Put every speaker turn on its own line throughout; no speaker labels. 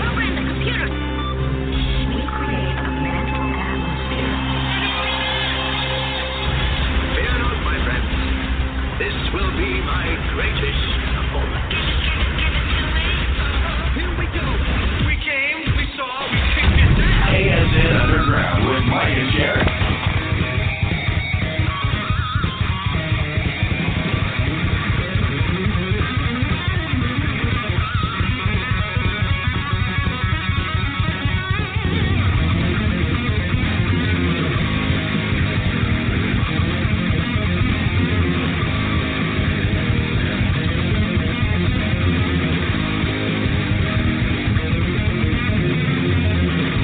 Program the computer. We create a mental atmosphere.
Fear not, my friends. This will be my greatest performance. Here we go. We came, we saw, we kicked it down. ASN Underground with Mike and Jerry.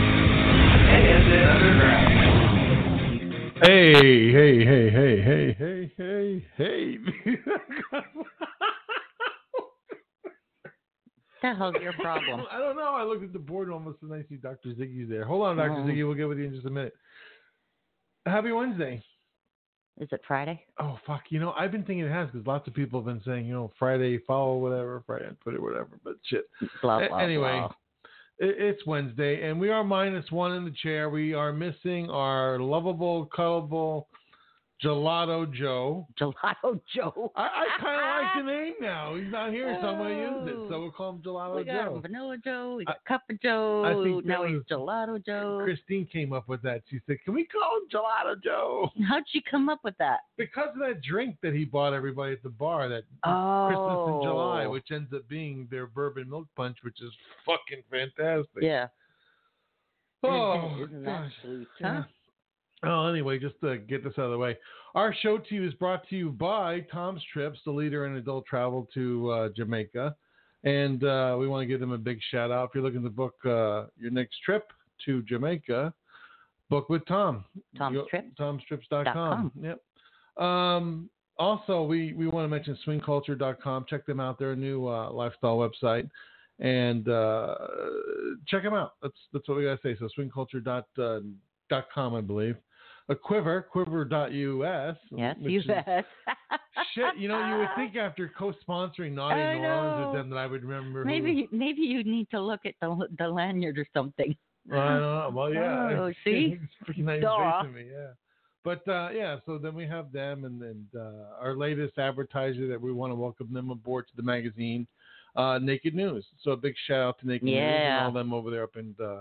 ASN Underground.
Hey, hey, hey, hey, hey, hey, hey, hey.
the hell's your problem?
I don't know. I looked at the board and almost and I see Dr. Ziggy's there. Hold on, doctor
Oh.
Ziggy. We'll get with you in just a minute. Happy Wednesday.
Is it Friday?
Oh, fuck. You know, I've been thinking it has because lots of people have been saying, you know, Friday, follow whatever, Friday, Twitter, whatever. But shit.
Blah
A-
blah.
anyway,
blah.
it, it's Wednesday, and we are minus one in the chair. We are missing our lovable, cuddleable gelato Joe.
Gelato Joe.
I, I kind of like the name now. He's not here, so I'm going to use it. So we'll call him Gelato
We got
Joe.
Vanilla Joe. We
I-
got Cup of Joe.
I think
now
that
he's
was-
Gelato Joe.
Christine came up with that. She said, "Can we call him Gelato Joe?"
How'd you come up with that?
Because of that drink that he bought everybody at the bar that
Oh,
Christmas in July, which ends up being their bourbon milk punch, which is fucking fantastic.
yeah.
Oh
Isn't that
gosh.
sweet,
Yeah.
huh?
Oh, anyway, just to get this out of the way, our show to you is brought to you by Tom's Trips, the leader in adult travel to uh, Jamaica, and uh, we want to give them a big shout out. If you're looking to book uh, your next trip to Jamaica, book with Tom.
Tom's
Go-
Trips?
Tom'sTrips.com.
Dot com.
Yep. Um, also, we we want to mention SwingCulture.com. Check them out. They're a new uh, lifestyle website and uh, check them out. That's that's what we gotta say. So swingculture dot uh, dot com, I believe. A quiver, quiver dot us.
Yes,
which
you
is-
bet.
Shit, you know, you would think after co-sponsoring Naughty
I
New Orleans with
know.
them that I would remember. who-
Maybe maybe you need to look at the the lanyard or something.
Well, I don't know. Well, yeah.
Oh, see?
It's freaking not
Duh.
even facing me, yeah. But uh, yeah, so then we have them and, and uh, our latest advertiser that we want to welcome them aboard to the magazine, uh, Naked News. So a big shout out to Naked News and
Yeah.
all them over there up in uh,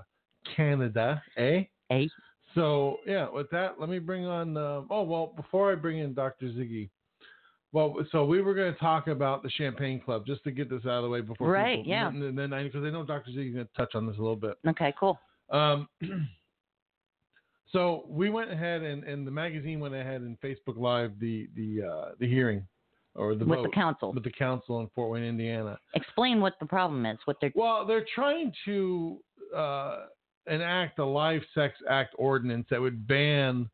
Canada, eh?
Eh?
So yeah, with that, let me bring on. Uh, oh well, before I bring in Dr. Ziggy, well, so we were going to talk about the Champagne Club just to get this out of the way before.
Right,
people-
yeah.
And then because I know Dr. Ziggy's going to touch on this a little bit.
Okay, cool.
Um, so we went ahead and, and the magazine went ahead and Facebook Live the the uh, the hearing or the
with
vote
the council,
with the council in Fort Wayne, Indiana.
explain what the problem is. What they're
Well, they're trying to uh, enact a live sex act ordinance that would ban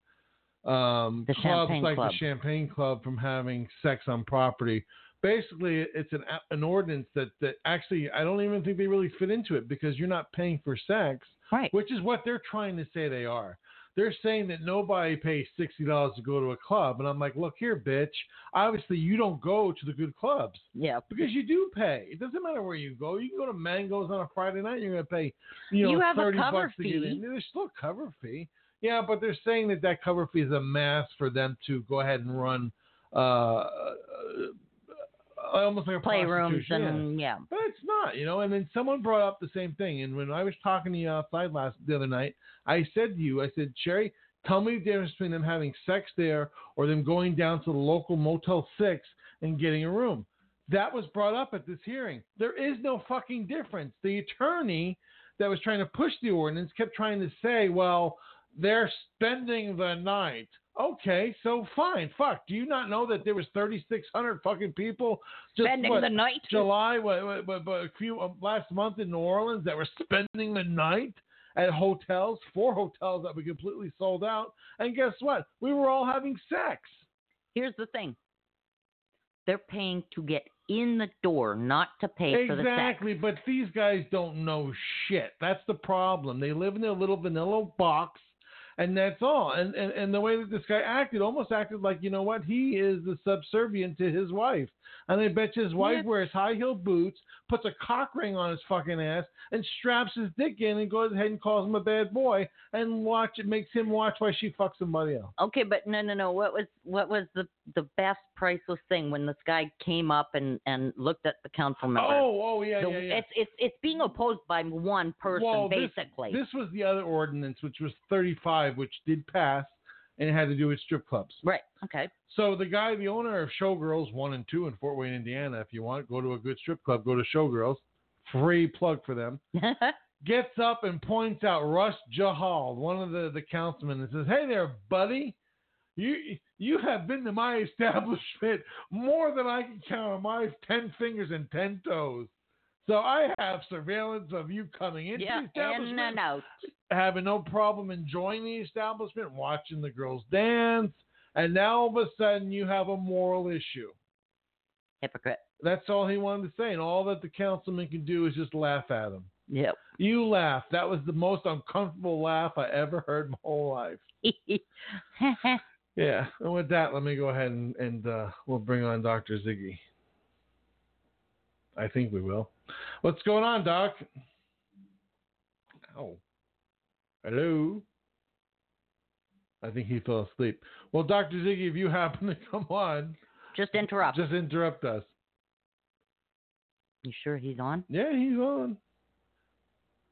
um,
The
clubs
Champagne
like
Club.
the Champagne Club from having sex on property. Basically, it's an a- an ordinance that that actually I don't even think they really fit into it because you're not paying for sex
right.
which is what they're trying to say they are. They're saying that nobody pays sixty dollars to go to a club, and I'm like, look here, bitch. Obviously, you don't go to the good clubs
Yeah.
because you do pay. It doesn't matter where you go. You can go to Mango's on a Friday night. You're going to pay, you know,
You have a
thirty
cover
bucks to get
fee.
in. There's still a cover fee. Yeah, but they're saying that that cover fee is a mask for them to go ahead and run, uh, uh, uh, almost like a
Playrooms
prostitution. Yeah.
and yeah.
But it's not, you know. And then someone brought up the same thing. And when I was talking to you outside last the other night, I said to you, I said, Sherry, tell me the difference between them having sex there or them going down to the local Motel Six and getting a room. That was brought up at this hearing. There is no fucking difference. The attorney that was trying to push the ordinance kept trying to say, well, they're spending the night. Okay, so fine. Fuck. Do you not know that there was 3,600 fucking people just
Spending
what,
the night.
July, what, what, what, what, a few um, last month in New Orleans that were spending the night at hotels, four hotels that were completely sold out. And guess what? We were all having sex.
Here's the thing. They're paying to get in the door, not to pay for the sex.
Exactly, but these guys don't know shit. That's the problem. They live in their little vanilla box, and that's all. And and, and the way that this guy acted, almost acted like you know what he is the subservient to his wife. And I bet you his wife
Yeah.
wears high heel boots, puts a cock ring on his fucking ass, and straps his dick in, and goes ahead and calls him a bad boy, and watch it makes him watch why she fucks somebody else.
Okay, but no, no, no. What was what was the the best priceless thing when this guy came up and and looked at the council member?
Oh, oh yeah,
The-
yeah, yeah.
It's it's it's being opposed by one person
Well, this-
basically.
This was the other ordinance, which was 35, which did pass, and it had to do with strip clubs.
right. Okay.
So the guy, the owner of Showgirls One and Two in Fort Wayne, Indiana, if you want, go to a good strip club, go to Showgirls. Free plug for them. Gets up and points out Russ Jahal, one of the, the councilmen, and says, Hey there, buddy. You you have been to my establishment more than I can count on my ten fingers and ten toes. So I have surveillance of you coming into
yeah.
the establishment
In and uh, out.
having no problem enjoying the establishment, watching the girls dance, and now all of a sudden you have a moral issue.
Hypocrite.
That's all he wanted to say, and all that the councilman can do is just laugh at him.
Yep.
You laugh. That was the most uncomfortable laugh I ever heard in my whole life. Yeah. And with that, let me go ahead and, and uh, we'll bring on Dr. Ziggy. I think we will. What's going on, Doc? Oh. Hello? I think he fell asleep. Well, Dr. Ziggy, if you happen to come on,
Just interrupt.
just interrupt us.
you sure he's on?
Yeah, he's on.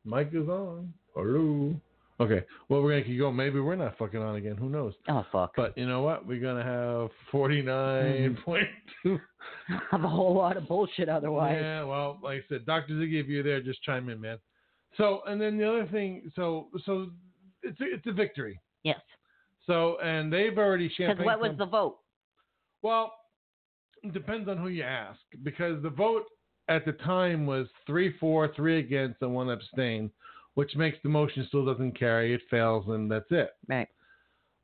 Mike is on. Hello? Okay. Well, we're going to keep going. Maybe we're not fucking on again. Who knows?
Oh fuck.
But you know what? We're gonna have forty nine point two.
Have a whole lot of bullshit otherwise.
Yeah, well, like I said, Doctor Ziggy, if you're there, just chime in, man. So, and then the other thing, so so it's a, it's a victory.
Yes.
So, and they've already
Because
champagne.
what was the vote?
well? It depends on who you ask, because the vote at the time was three for, three against, and one abstain, which makes the motion still doesn't carry. It fails, and that's it.
Right.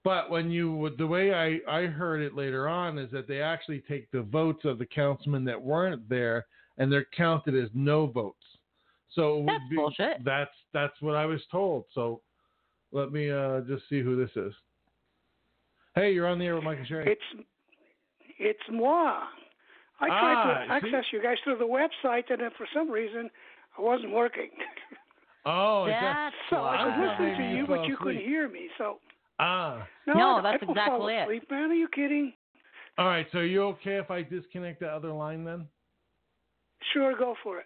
But when you, the way I, I heard it later on is that they actually take the votes of the councilmen that weren't there and they're counted as no votes. So it would
That's
be-
bullshit.
That's that's what I was told. So let me uh, just see who this is. Hey, you're on the air with Mike and Sherry.
It's it's moi. I tried to
Ah, see?
access you guys through the website, and then for some reason, I wasn't working.
oh, it's
That's
so
why.
I could
Ah.
listen to
Maybe you
you, but
fell
you couldn't
asleep.
hear me. So
a- ah.
no,
No,
I,
that's
I don't fall
exactly it.
asleep, man. Are you kidding?
All right. So you okay if I disconnect the other line then?
Sure, go for it.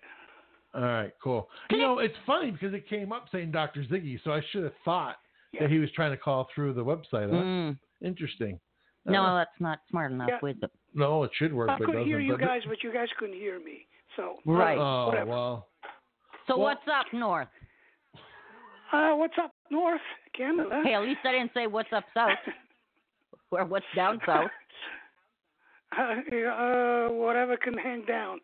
All right, cool. You know, it's funny because it came up saying Dr. Ziggy, so I should have thought that he was trying to call through the website. Huh?
Mm.
Interesting.
No,
Uh,
that's not smart enough
Yeah.
with it.
no, it should work.
I
but it
could hear
doesn't,
you
but-
guys, but you guys couldn't hear me. So
Right.
Oh
Whatever.
well.
So
Well-
what's up north?
Uh, what's up north, Canada?
Hey, at least I didn't say what's up south or what's down south.
Uh, yeah, uh, whatever can hang down.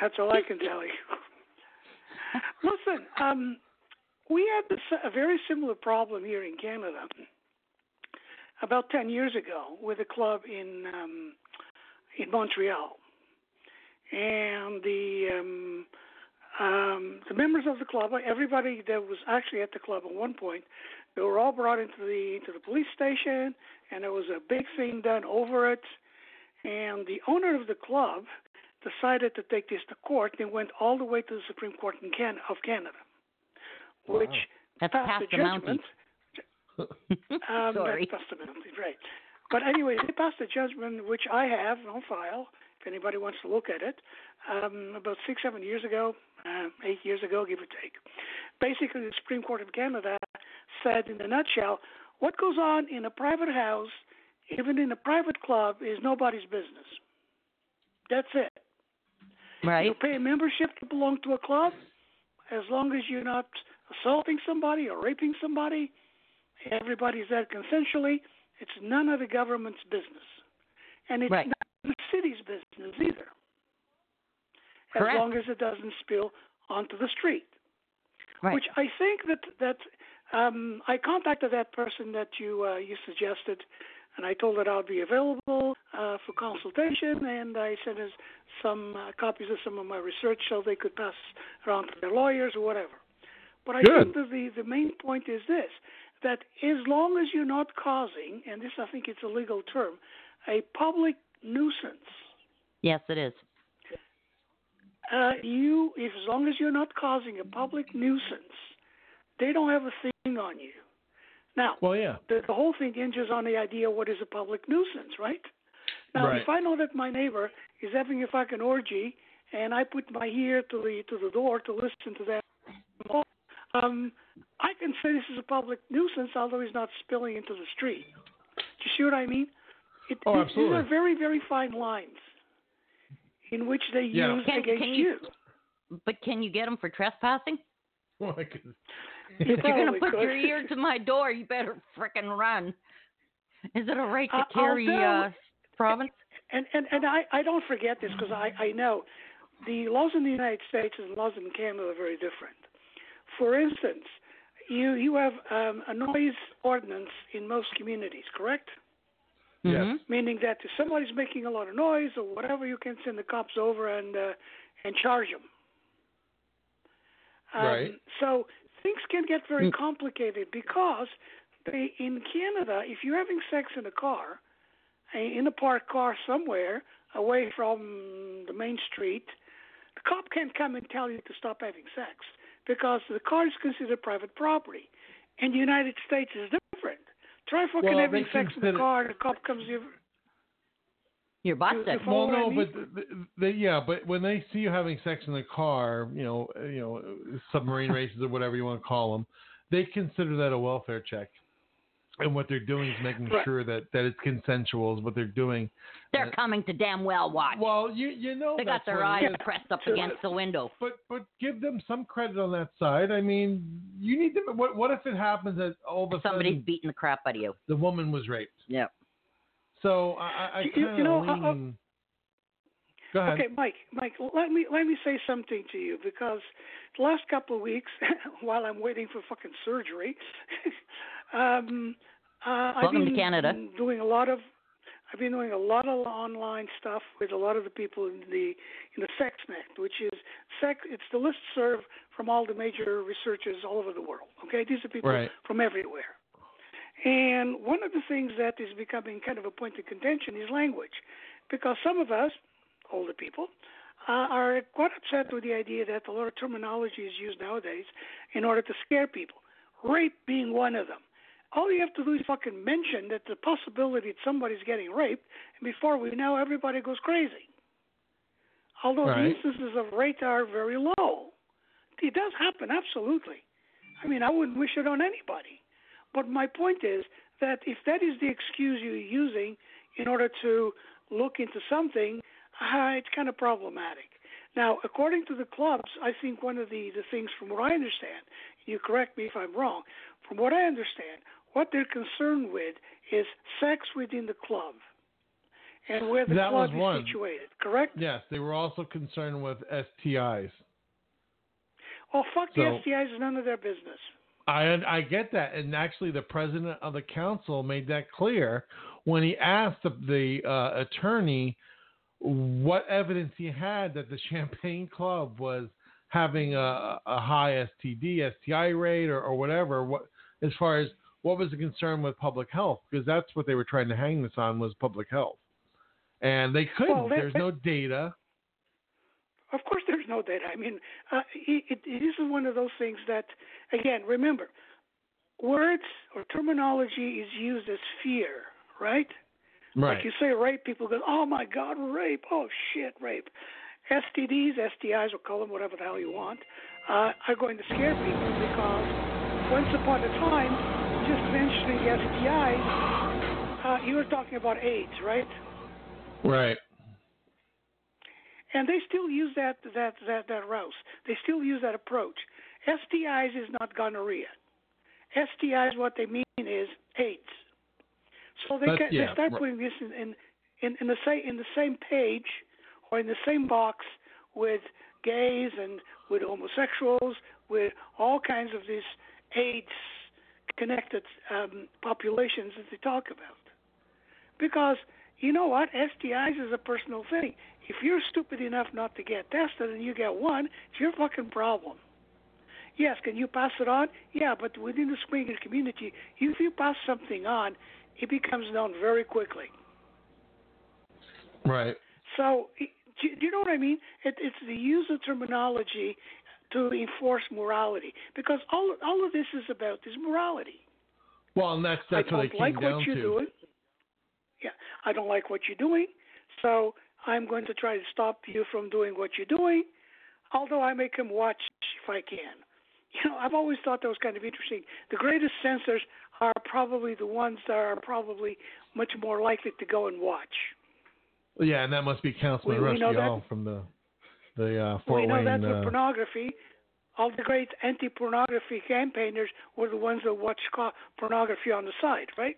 That's all I can tell you. Listen, um, we had this, a very similar problem here in Canada about 10 years ago with a club in um, in Montreal, and the um, um, the members of the club, everybody that was actually at the club at one point, they were all brought into the into the police station, and there was a big thing done over it and the owner of the club decided to take this to court and went all the way to the Supreme Court in Can- of Canada, which
That's
passed
past
a
the mountain.
judgment. Um,
Sorry.
That's passed the mountain, right. But anyway, they passed a judgment which I have on file. If anybody wants to look at it, um, about six, seven years ago, uh, eight years ago, give or take. Basically, the Supreme Court of Canada said, in a nutshell, what goes on in a private house, even in a private club, is nobody's business. That's it. You
Right?
pay a membership to belong to a club as long as you're not assaulting somebody or raping somebody. Everybody's there consensually. It's none of the government's business. And it's
Right.
not the city's business either. As
Correct.
long as it doesn't spill onto the street.
Right.
Which I think that that um, I contacted that person that you uh, you suggested And I told her I'd be available uh, for consultation, and I sent us some uh, copies of some of my research so they could pass around to their lawyers or whatever. But I
Good.
think that the, the main point is this that as long as you're not causing, and this I think it's a legal term, a public nuisance,
Yes, it is.
uh, you, if, as long as you're not causing a public nuisance, they don't have a thing on you. Now,
Well, yeah.
the, the whole thing hinges on the idea what is a public nuisance, right? Now,
Right.
if I know that my neighbor is having a fucking orgy and I put my ear to the to the door to listen to that, um, I can say this is a public nuisance, although he's not spilling into the street. Do you see what I mean? It,
Oh,
these-
absolutely.
These are very very fine lines in which they
Yeah.
use
Can-
against
can you-
you.
But can you get them for trespassing?
Well, I could-
You
If you're
probably
gonna put
Oh, could.
your ear to my door, you better frickin' run. Is it a right
Uh,
to carry
although-
uh, province?
and and and I I don't forget this because I I know the laws in the United States and laws in Canada are very different. For instance, you you have um, a noise ordinance in most communities, correct?
Yes.
Mhm.
Meaning that if somebody's making a lot of noise or whatever, you can send the cops over and uh, and charge them. Um,
Right. Hmm.
So things can get very
Mm.
complicated because they in Canada, if you're having sex in a car, i- in a parked car somewhere away from the main street, the cop can't come and tell you to stop having sex because the car is considered private property. And the United States is different. Try fucking
Well,
having
they
sex in
consider-
the car, and the cop comes in.
Your boss
You-
said.
you
Well,
Follow
no,
what I
but th th- they, yeah, but when they see you having sex in the car, you know, uh, you know, uh, submarine races or whatever you want to call them, they consider that a welfare check. And what they're doing is making
Right.
sure that that it's consensual is what they're doing.
They're coming to damn well watch.
Well, you you know
They got
that's
their
what it
eyes
is.
pressed up
Sure.
against the window.
But but give them some credit on that side. I mean, you need to. What what if it happens that all of a
Somebody's
sudden
beating the crap out of you.
the woman was raped?
Yeah.
So I I, I
You- you
kind of
know, I- I-
lean. Go ahead.
Okay, Mike, Mike, let me let me say something to you because the last couple of weeks, while I'm waiting for fucking surgery, um, uh, I've
Welcome to
been
Canada.
doing a lot of, I've been doing a lot of online stuff with a lot of the people in the in the SexNet, which is sex. It's the list serve from all the major researchers all over the world. Okay, these are people
Right.
from everywhere. And one of the things that is becoming kind of a point of contention is language, because some of us, older people, uh, are quite upset with the idea that a lot of terminology is used nowadays in order to scare people. Rape being one of them. All you have to do is fucking mention that the possibility that somebody's getting raped, and before we know, everybody goes crazy. Although
Right.
the instances of rape are very low, it does happen absolutely. I mean, I wouldn't wish it on anybody. But my point is that if that is the excuse you're using in order to look into something, uh, it's kind of problematic. Now, according to the clubs, I think one of the, the things, from what I understand, you correct me if I'm wrong, from what I understand, what they're concerned with is sex within the club and where the
That was
club is
one.
situated, correct?
Yes, they were also concerned with STIs.
Oh, fuck
So-
the STIs is none of their business.
I I get that, and actually, the president of the council made that clear when he asked the, the uh, attorney what evidence he had that the Champagne Club was having a, a high STD, STI rate, or, or whatever. What as far as what was the concern with public health? Because that's what they were trying to hang this on was public health, and they couldn't.
Well, that-
There's no data.
Of course, there's no data. I mean, uh, it, it, this is one of those things that, again, remember, words or terminology is used as fear, right? Like you say rape, people go, oh my God, rape. Oh shit, rape. STDs, STIs, or call them whatever the hell you want, uh, are going to scare people because once upon a time, just mentioning STIs, uh, you were talking about AIDS, right?
right.
and they still use that that that that route. They still use that approach. STIs is not gonorrhea. STIs, what they mean is AIDS. So they
That's-
can,
yeah,
they start
right.
putting this in in, in in the same in the same page or in the same box with gays and with homosexuals, with all kinds of these AIDS connected um, populations that they talk about. Because you know what? STIs is a personal thing. If you're stupid enough not to get tested and you get one, it's your fucking problem. Yes, can you pass it on? Yeah, but within the springer community, if you pass something on, it becomes known very quickly.
Right.
So, it- do do you know what I mean? It, it's the use of terminology to enforce morality, because all all of this is about is morality.
Well, and that's that's
I don't
what I came
like
down
what you're
to.
doing. Yeah, I don't like what you're doing. So I'm going to try to stop you from doing what you're doing, although I make him watch if I can. You know, I've always thought that was kind of interesting. The greatest censors are probably the ones that are probably much more likely to go and watch.
Yeah, and that must be Councilman
We- we
Rusty
know that-
Hall from the the uh, Fort
we know
Wayne.
that with
uh,
pornography. All the great anti-pornography campaigners were the ones that watched co- pornography on the side, right?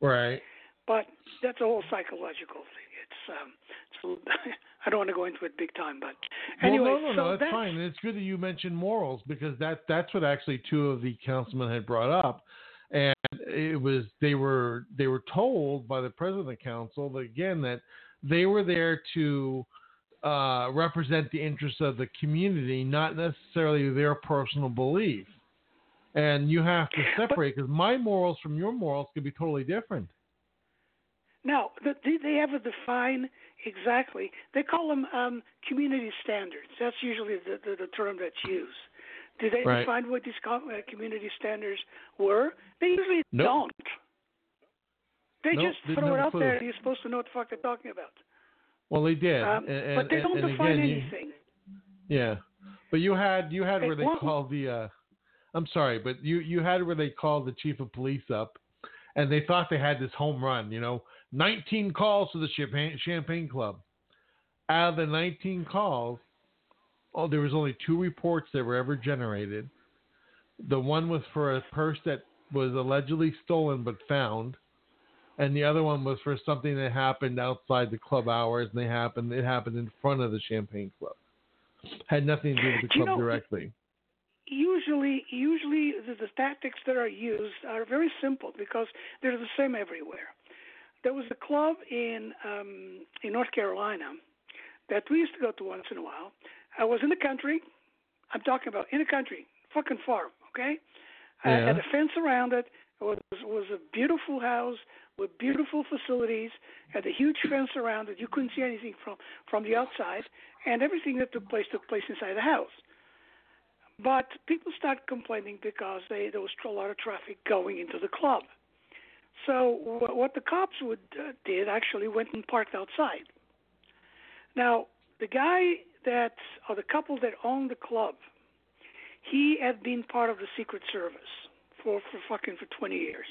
right.
but that's a whole psychological thing. It's um, it's a little, I don't want to go into it big time, but anyway,
well, no, no,
so
no, that's,
that's
fine. And it's good that you mentioned morals because that that's what actually two of the councilmen had brought up, and it was they were they were told by the president of the council that, again that they were there to uh, represent the interests of the community, not necessarily their personal belief. And you have to
But-
separate because my morals from your morals could be totally different.
Now, th- did they ever define exactly? They call them um, community standards. That's usually the, the, the term that's used. Did they
Right.
define what these co- uh, community standards were? They usually
Nope.
don't. They
Nope,
just
didn't
throw
have
it
a
out
clue.
there, and you're supposed to know what the fuck they're talking about.
Well, they did,
Um,
and,
but they
and-
don't
and
define
again, you-
anything.
Yeah, but you had you had
Hey,
where they
one-
called the. Uh, I'm sorry, but you you had where they called the chief of police up, and they thought they had this home run. You know, 19 calls to the Champagne, Champagne Club. Out of the 19 calls, oh, there was only two reports that were ever generated. The one was for a purse that was allegedly stolen but found, and the other one was for something that happened outside the club hours, and they happened it happened in front of the Champagne Club had nothing to do with the
Do you
club
know-
directly.
usually usually the, the tactics that are used are very simple because they're the same everywhere. There was a club in um, in North Carolina that we used to go to once in a while. I was in the country. I'm talking about in the country, fucking farm, okay? I had
Yeah.
a fence around it. It was was a beautiful house with beautiful facilities. Had a huge fence around it. You couldn't see anything from from the outside, and everything that took place took place inside the house. But people started complaining because they, there was a lot of traffic going into the club. So wh- what the cops would uh, did actually went and parked outside. Now the guy that or the couple that owned the club, he had been part of the Secret Service for for fucking for 20 years.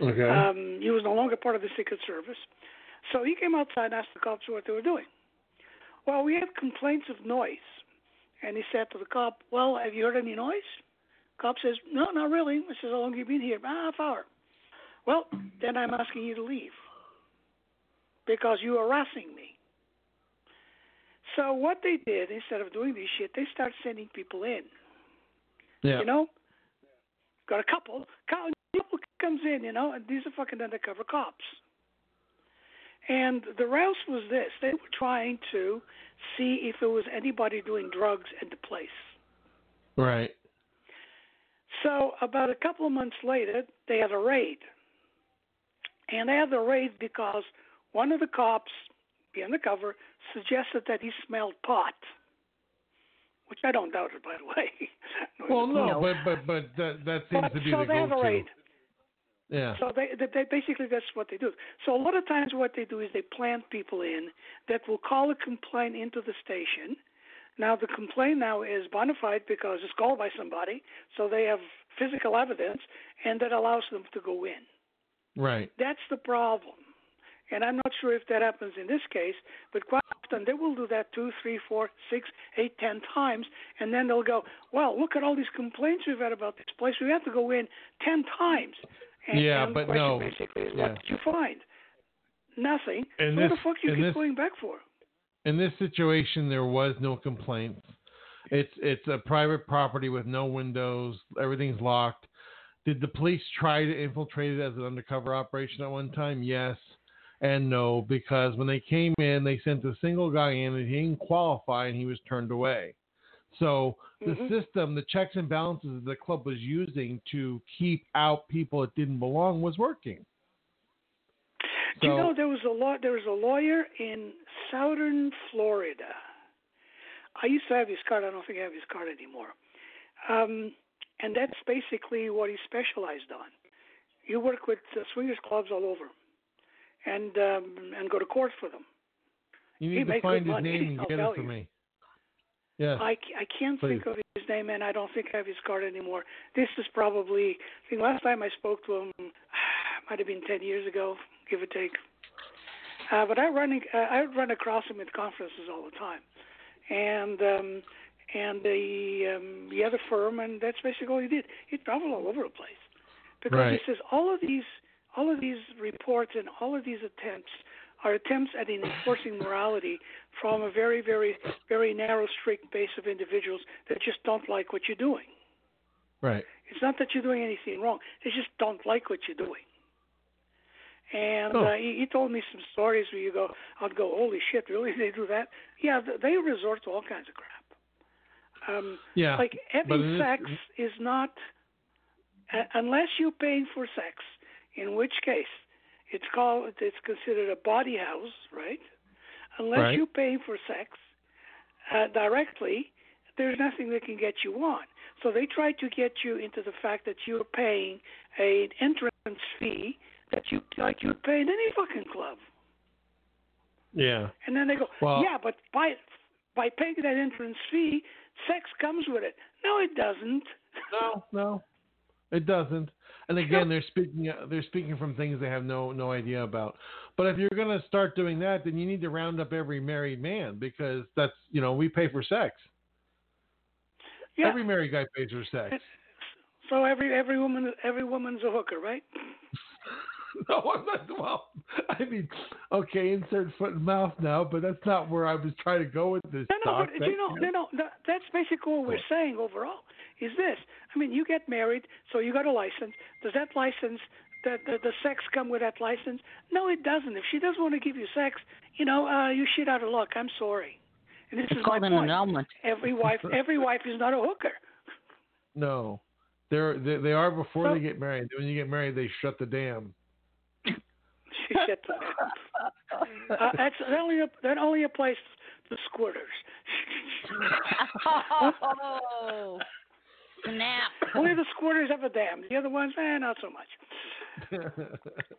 Okay.
Um, he was no longer part of the Secret Service. So he came outside and asked the cops what they were doing. Well, we had complaints of noise. And he said to the cop, Well, have you heard any noise? Cop says, No, not really. I says, How long have you been here? Ah, half hour. Well, then I'm asking you to leave because you're harassing me. So what they did, instead of doing this shit, they started sending people in
yeah.
you know. Got a couple. Couple couple comes in, you know, and these are fucking undercover cops. And the rouse was this: they were trying to see if there was anybody doing drugs at the place.
right.
So about a couple of months later, they had a raid. And they had the raid because one of the cops, the undercover, suggested that he smelled pot, which I don't doubt it, by the way.
Well, no,
No.
but but but that that seems
But-
to be
so
the
they have
go-to.
a raid.
Yeah.
So they, they, they basically that's what they do. So a lot of times what they do is they plant people in that will call a complaint into the station. Now the complaint now is bona fide because it's called by somebody, so they have physical evidence, and that allows them to go in.
Right.
That's the problem. And I'm not sure if that happens in this case, but quite often they will do that two, three, four, six, eight, ten times, and then they'll go, "Well, look at all these complaints we've had about this place. We have to go in ten times." And,
Yeah,
and
but
the question
no.
Basically, is
Yeah.
what did you find? Nothing.
And
so what
this-
the fuck you
and
keep
this-
going back for?
In this situation, there was no complaints. It's it's a private property with no windows. Everything's locked. Did the police try to infiltrate it as an undercover operation at one time? Yes. and no because when they came in, they sent a single guy in and he didn't qualify and he was turned away. So the system, the checks and balances that the club was using to keep out people that didn't belong was working.
Do you
So-
know there was a law? There was a lawyer in southern Florida. I used to have his card. I don't think I have his card anymore. Um, and that's basically what he specialized on. You work with uh, swingers clubs all over, and um, and go to court for them.
You
He
need to
makes
find
good
his
money,
name and
I'll
get
tell
it for
you.
me. Yes.
I, c- I can't think of his name, and I don't think I have his card anymore. This is probably, I think last time I spoke to him, might have been 10 years ago, give or take. Uh, but I run, in- uh, I run across him at conferences all the time, and um, and the um, the other firm, and that's basically all he did. He traveled all over the place because
Right.
he says all of these all of these reports and all of these attempts are attempts at enforcing morality from a very, very, very narrow, strict base of individuals that just don't like what you're doing.
right.
It's not that you're doing anything wrong; they just don't like what you're doing. And
Oh.
uh, he, he told me some stories where you go, I'd go, holy shit, really? They do that? Yeah, th- they resort to all kinds of crap. Um,
Yeah.
like
but
having
it is-
sex is not uh, unless you're paying for sex in which case it's called it's considered a body house right unless
Right.
you're paying for sex uh, directly there's nothing that can get you on so they try to get you into the fact that you're paying an entrance fee that you like you would pay in any fucking club
yeah.
and then they go,
Well-
yeah, but by by paying that entrance fee, sex comes with it. No, it doesn't.
No, no, it doesn't. And again, they're speaking they're speaking from things they have no no idea about. But if you're gonna start doing that, then you need to round up every married man because that's you know we pay for sex.
Yeah.
Every married guy pays for sex.
so every every woman every woman's a hooker, right?
no, I'm not. Well, I mean, okay, insert foot and mouth now, but that's not where I was trying to go with this.
No, no,
doc.
but
That-
you know, no, no, no, that's basically what we're saying overall. Is this? I mean, you get married, so you got a license. Does that license, the the, the sex come with that license? No, it doesn't. If she doesn't want to give you sex, you know, uh, you shit out of luck. I'm sorry. And this is my
called an
point.
annulment.
Every wife, every wife is not a hooker.
No. They're, they they are before
So-
they get married. When you get married, they shut the dam.
She shut the hell up. uh, that's that only that only applies to squirters.
Oh, snap.
only the squirters have a dam. The other ones, eh, not so much.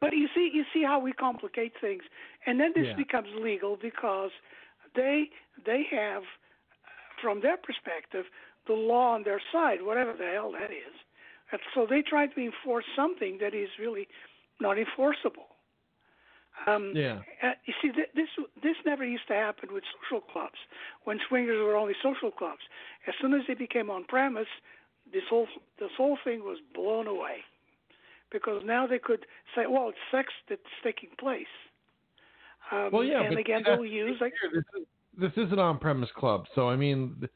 But you see, you see how we complicate things, and then this
Yeah.
becomes legal because they they have, from their perspective, the law on their side, whatever the hell that is. And so they try to enforce something that is really not enforceable. Um,
yeah.
Uh, you see, th- this this never used to happen with social clubs when swingers were only social clubs. As soon as they became on premise, this whole this whole thing was blown away because now they could say, "Well, it's sex that's taking place." Um,
Well, yeah.
and
but
again,
that's
they'll use like
here, this is this is an on-premise club, so I mean, th-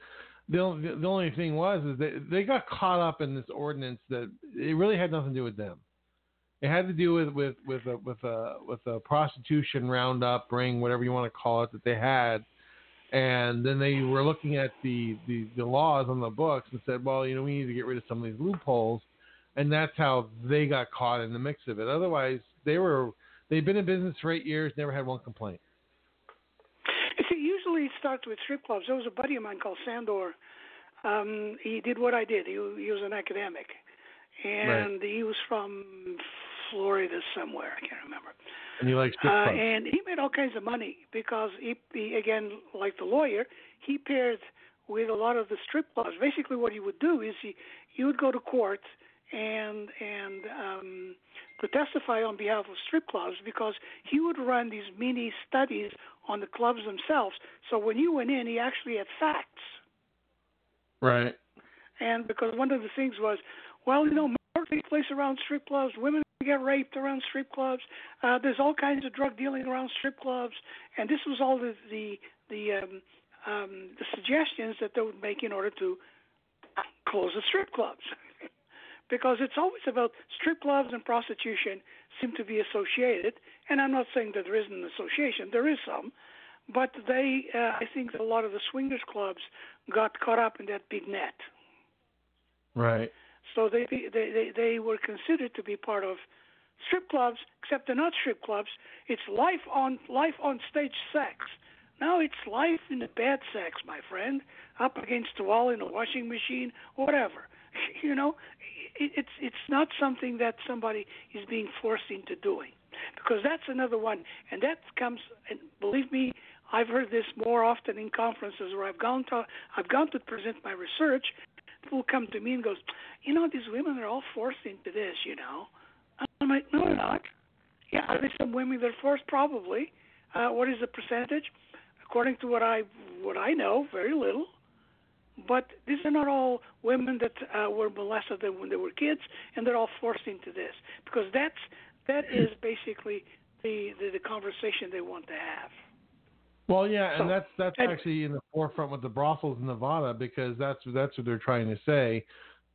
the only, the only thing was is they they got caught up in this ordinance that it really had nothing to do with them. It had to do with with with a with a with a prostitution roundup, ring, whatever you want to call it, that they had, and then they were looking at the the, the laws on the books and said, well, you know, we need to get rid of some of these loopholes, and that's how they got caught in the mix of it. Otherwise, they were they've been in business for eight years, never had one complaint.
You See, usually it starts with strip clubs. There was a buddy of mine called Sandor. Um, he did what I did. He, wa- he was an academic, and he was from Florida somewhere. I can't remember.
And you like strip
Uh,
clubs.
and he made all kinds of money because he, he, again, like the lawyer, he paired with a lot of the strip clubs. Basically, what he would do is he he would go to court and and um, to testify on behalf of strip clubs because he would run these mini studies on the clubs themselves. So when you went in, he actually had facts.
Right.
And because one of the things was, well, you know, murder takes place around strip clubs. Women get raped around strip clubs. Uh, there's all kinds of drug dealing around strip clubs. And this was all the the the, um, um, the suggestions that they would make in order to close the strip clubs. because it's always about strip clubs and prostitution seem to be associated. And I'm not saying that there isn't an association; there is some, but they, uh, I think, a lot of the swingers clubs got caught up in that big net.
Right.
So they they they, they were considered to be part of strip clubs, except they're not strip clubs. It's life on life on stage sex. Now it's life in the bad sex, my friend. Up against the wall in a washing machine, whatever. You know, it, it's it's not something that somebody is being forced into doing, because that's another one, and that comes. And believe me, I've heard this more often in conferences where I've gone to I've gone to present my research. People come to me and goes, you know, these women are all forced into this. You know, I'm like, no, they're not. Yeah, are there some women that are forced? Probably. Uh, what is the percentage? According to what I what I know, very little. But these are not all women that uh, were molested when they were kids, and they're all forced into this because that's that is basically the the, the conversation they want to have.
Well, yeah, and
So,
that's that's
and-
actually in the forefront with the brothels in Nevada because that's that's what they're trying to say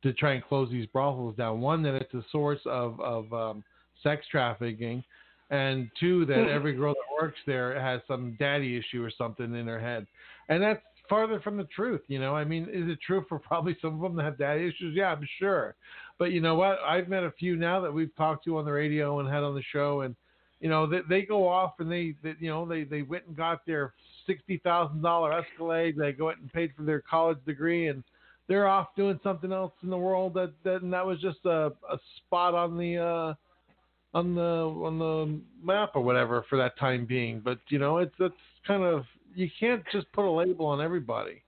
to try and close these brothels down. One, that it's a source of of um, sex trafficking, and two, that every girl that works there has some daddy issue or something in her head, and that's farther from the truth. You know, I mean, is it true for probably some of them that have daddy issues? Yeah, I'm sure, but you know what? I've met a few now that we've talked to on the radio and had on the show, and you know they, they go off and they, they you know they they went and got their sixty thousand dollar Escalade. They go out and paid for their college degree, and they're off doing something else in the world. That that and that was just a, a spot on the uh, on the on the map or whatever for that time being. But you know it's that's kind of you can't just put a label on everybody.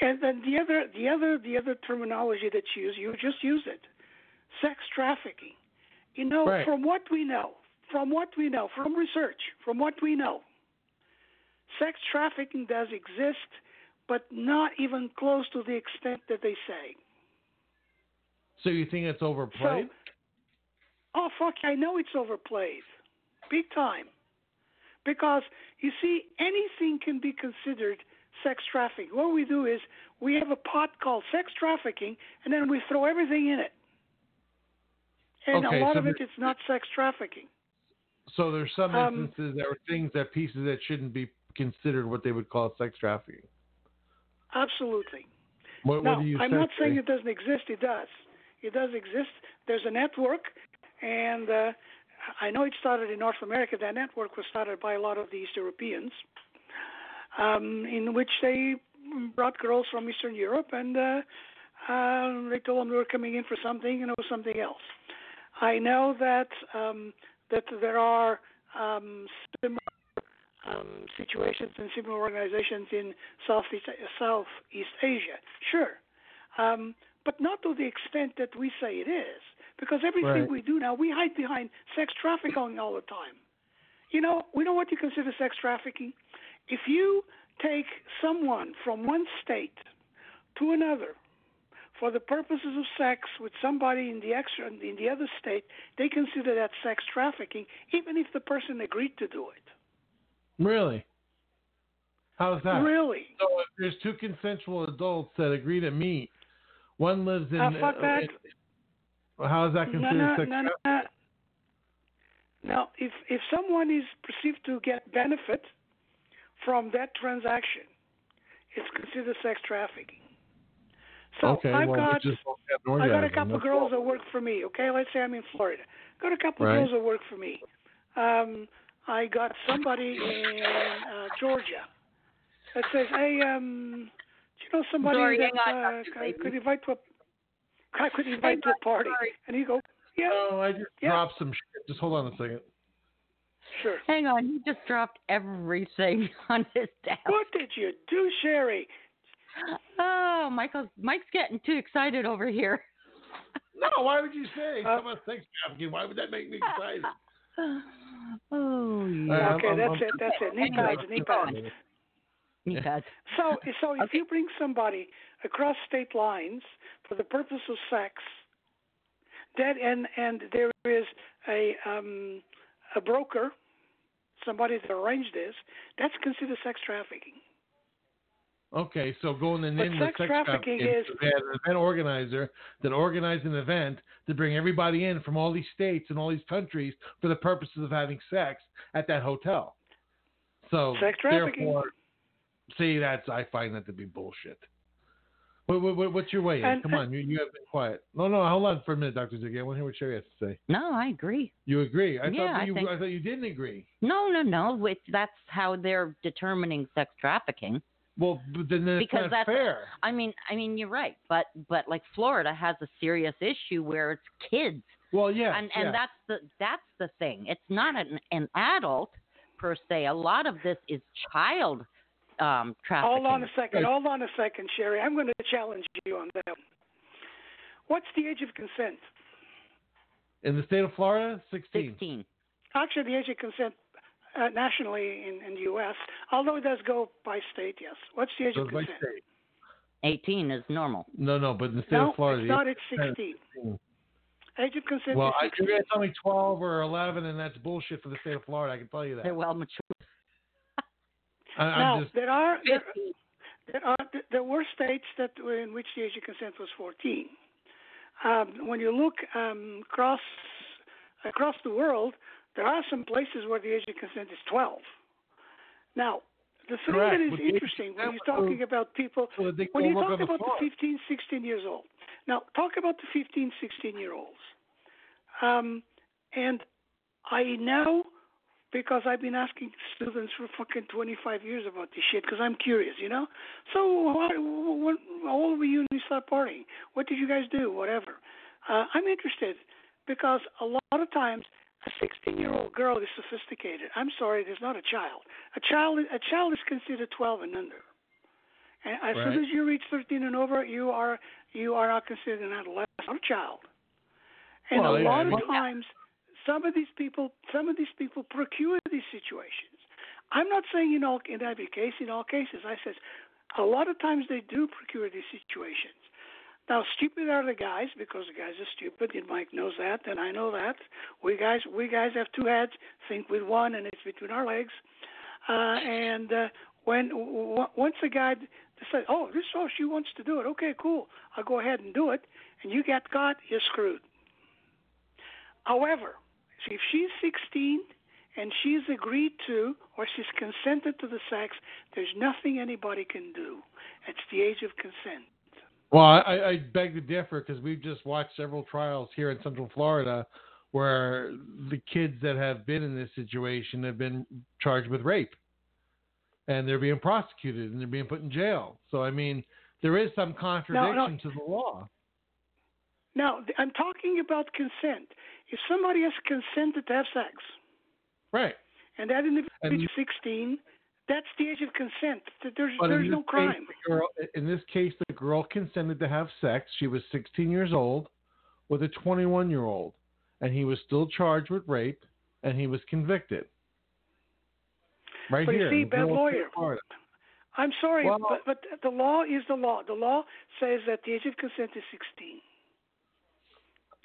And then the other, the other, the other terminology that you use, you just use it. Sex trafficking. You know,
Right.
from what we know, from what we know, from research, from what we know, sex trafficking does exist, but not even close to the extent that they say.
So you think it's overplayed?
Oh fuck! I know it's overplayed, big time, because you see, anything can be considered sex trafficking. What we do is we have a pot called sex trafficking, and then we throw everything in it, and
Okay,
a lot
so
of it
there-
is not sex trafficking.
so there's some
um,
instances that are things that pieces that shouldn't be considered what they would call sex trafficking.
Absolutely.
What,
No,
what do you
I'm
think,
not saying
Ray?
it doesn't exist. It does. It does exist. There's a network, and uh, I know it started in North America. That network was started by a lot of the East Europeans, um, in which they brought girls from Eastern Europe, and uh, um, they told them they were coming in for something, and it was something else. I know that um, that there are um, similar um, situations and similar organizations in Southeast Southeast Asia. Sure, um, but not to the extent that we say it is, because everything
Right.
we do now we hide behind sex trafficking all the time. You know, we know what you consider sex trafficking. If you take someone from one state to another for the purposes of sex with somebody in the extra in the other state, they consider that sex trafficking, even if the person agreed to do it.
Really? How's that?
Really?
So if there's two consensual adults that agree to meet, one lives in.
Uh, fuck that.
in- how is that
No,
considered
no,
sex
no, no. Now, if if someone is perceived to get benefit from that transaction, it's considered sex trafficking. So
trafficking? okay,
I've
well,
got
we just both have an
I got a
orgasm,
couple
that's
girls
all.
that work for me. Okay, let's say I'm in Florida. Got a couple
Right.
girls that work for me. Um, I got somebody in uh, Georgia that says, "Hey, um, do you know somebody
Sorry,
that
hang on,
uh,
Dr.
I
Clayton.
could invite to a I could invite to
on,
a party?"
sorry.
And he go, "Yeah,
Oh, I just
Yeah.
dropped some shit. Just hold on a second.
sure."
Hang on, he just dropped everything on his desk.
What did you do, Sherry?
Oh, Michael's Mike's getting too excited over here.
No, why would you say
Uh,
so much sex trafficking? Why would that make me excited?
Oh, yeah.
Uh,
okay,
I'm-
that's
I'm-
it. That's it. Knee
Anyway,
pads, knee pads.
You guys.
So, so if
Okay.
you bring somebody across state lines for the purpose of sex, that and and there is a um, a broker, somebody that arranged this, that's considered sex trafficking.
Okay, so going in
But
with
sex
sex
trafficking is-
they had an event organizer that organized an event to bring everybody in from all these states and all these countries for the purposes of having sex at that hotel. So
Sex trafficking.
Therefore, see, that's I find that to be bullshit. Wait, wait, wait, what's your way? in?
And-
Come on, you, you have been quiet. No, no, hold on for a minute, Doctor Ziggy. I want to hear what Sherry has to say.
No, I agree.
You agree? I
Yeah,
thought that
I
you
think-
I thought you didn't agree.
No, no, no. It's, that's how they're determining sex trafficking.
Well, but then that's not
Because that's-
fair.
I mean, I mean, you're right, but but like Florida has a serious issue where it's kids,
Well, yeah,
and and
yeah.
that's the that's the thing. It's not an an adult per se. A lot of this is child um, trafficking.
Hold on a second.
Right.
Hold on a second, Sherry. I'm going to challenge you on that. What's the age of consent?
in the state of Florida, 16.
Sixteen.
Actually, the age of consent uh, nationally in, in the U.S., although it does go by state, yes. What's the age
So
of
it's by
consent?
state.
18 is normal.
No, no, but in the state
No,
of Florida,
it's not. It's
yeah.
16. Age of consent
well, I
is
you're
16.
gonna tell me twelve or eleven, and that's bullshit for the state of Florida. I can tell you that.
They're well mature.
I,
now,
I'm just
there are there,
15.
there are there were states that were in which the age of consent was 14. Um, when you look um, across across the world, there are some places where the age of consent is 12. Now, the thing
Correct,
that is
but the age of
interesting when
consent
you're talking
was-
about people
so that they
when you
can
talk
work on
about
the
the
farm.
15, 16 years old, now talk about the 15, 16 year olds. Um, and I know because I've been asking students for fucking 25 years about this shit because I'm curious, you know? So, what, what, how old were you when you started partying? What did you guys do? Whatever. Uh, I'm interested because a lot of times a 16 year old girl is sophisticated. I'm sorry, there's not a child. A child, a child is considered 12 and under. And as
Right.
soon as you reach 13 and over, you are you are not considered an adolescent or child. And
Well,
a
yeah,
lot
well-
of times, some of these people, some of these people procure these situations. I'm not saying in all in every case, in all cases. I says a lot of times they do procure these situations. Now, stupid are the guys because the guys are stupid, and Mike knows that, and I know that. We guys, we guys have two heads, think with one, and it's between our legs. Uh, and uh, when w- w- once a guy decides, oh, this oh she wants to do it, okay, cool, I'll go ahead and do it, and you get caught, you're screwed. However, see, if she's 16 and she's agreed to or she's consented to the sex, there's nothing anybody can do. It's the age of consent.
well, I, I beg to differ because we've just watched several trials here in Central Florida where the kids that have been in this situation have been charged with rape, and they're being prosecuted and they're being put in jail. So I mean, there is some contradiction to the law.
Now, th- I'm talking about consent. If somebody has consented to have sex,
Right.
and that individual
And-
is 16, that's the age of consent. Th- There's,
But
there's
in
no
this
crime.
Case, the girl, in this case, the girl consented to have sex. She was 16 years old with a 21 year old, and he was still charged with rape, and he was convicted. Right
But you
here.
see,
in
bad
Middle
lawyer.
State, Florida.
I'm sorry,
Well-
but, but the law is the law. The law says that the age of consent is 16.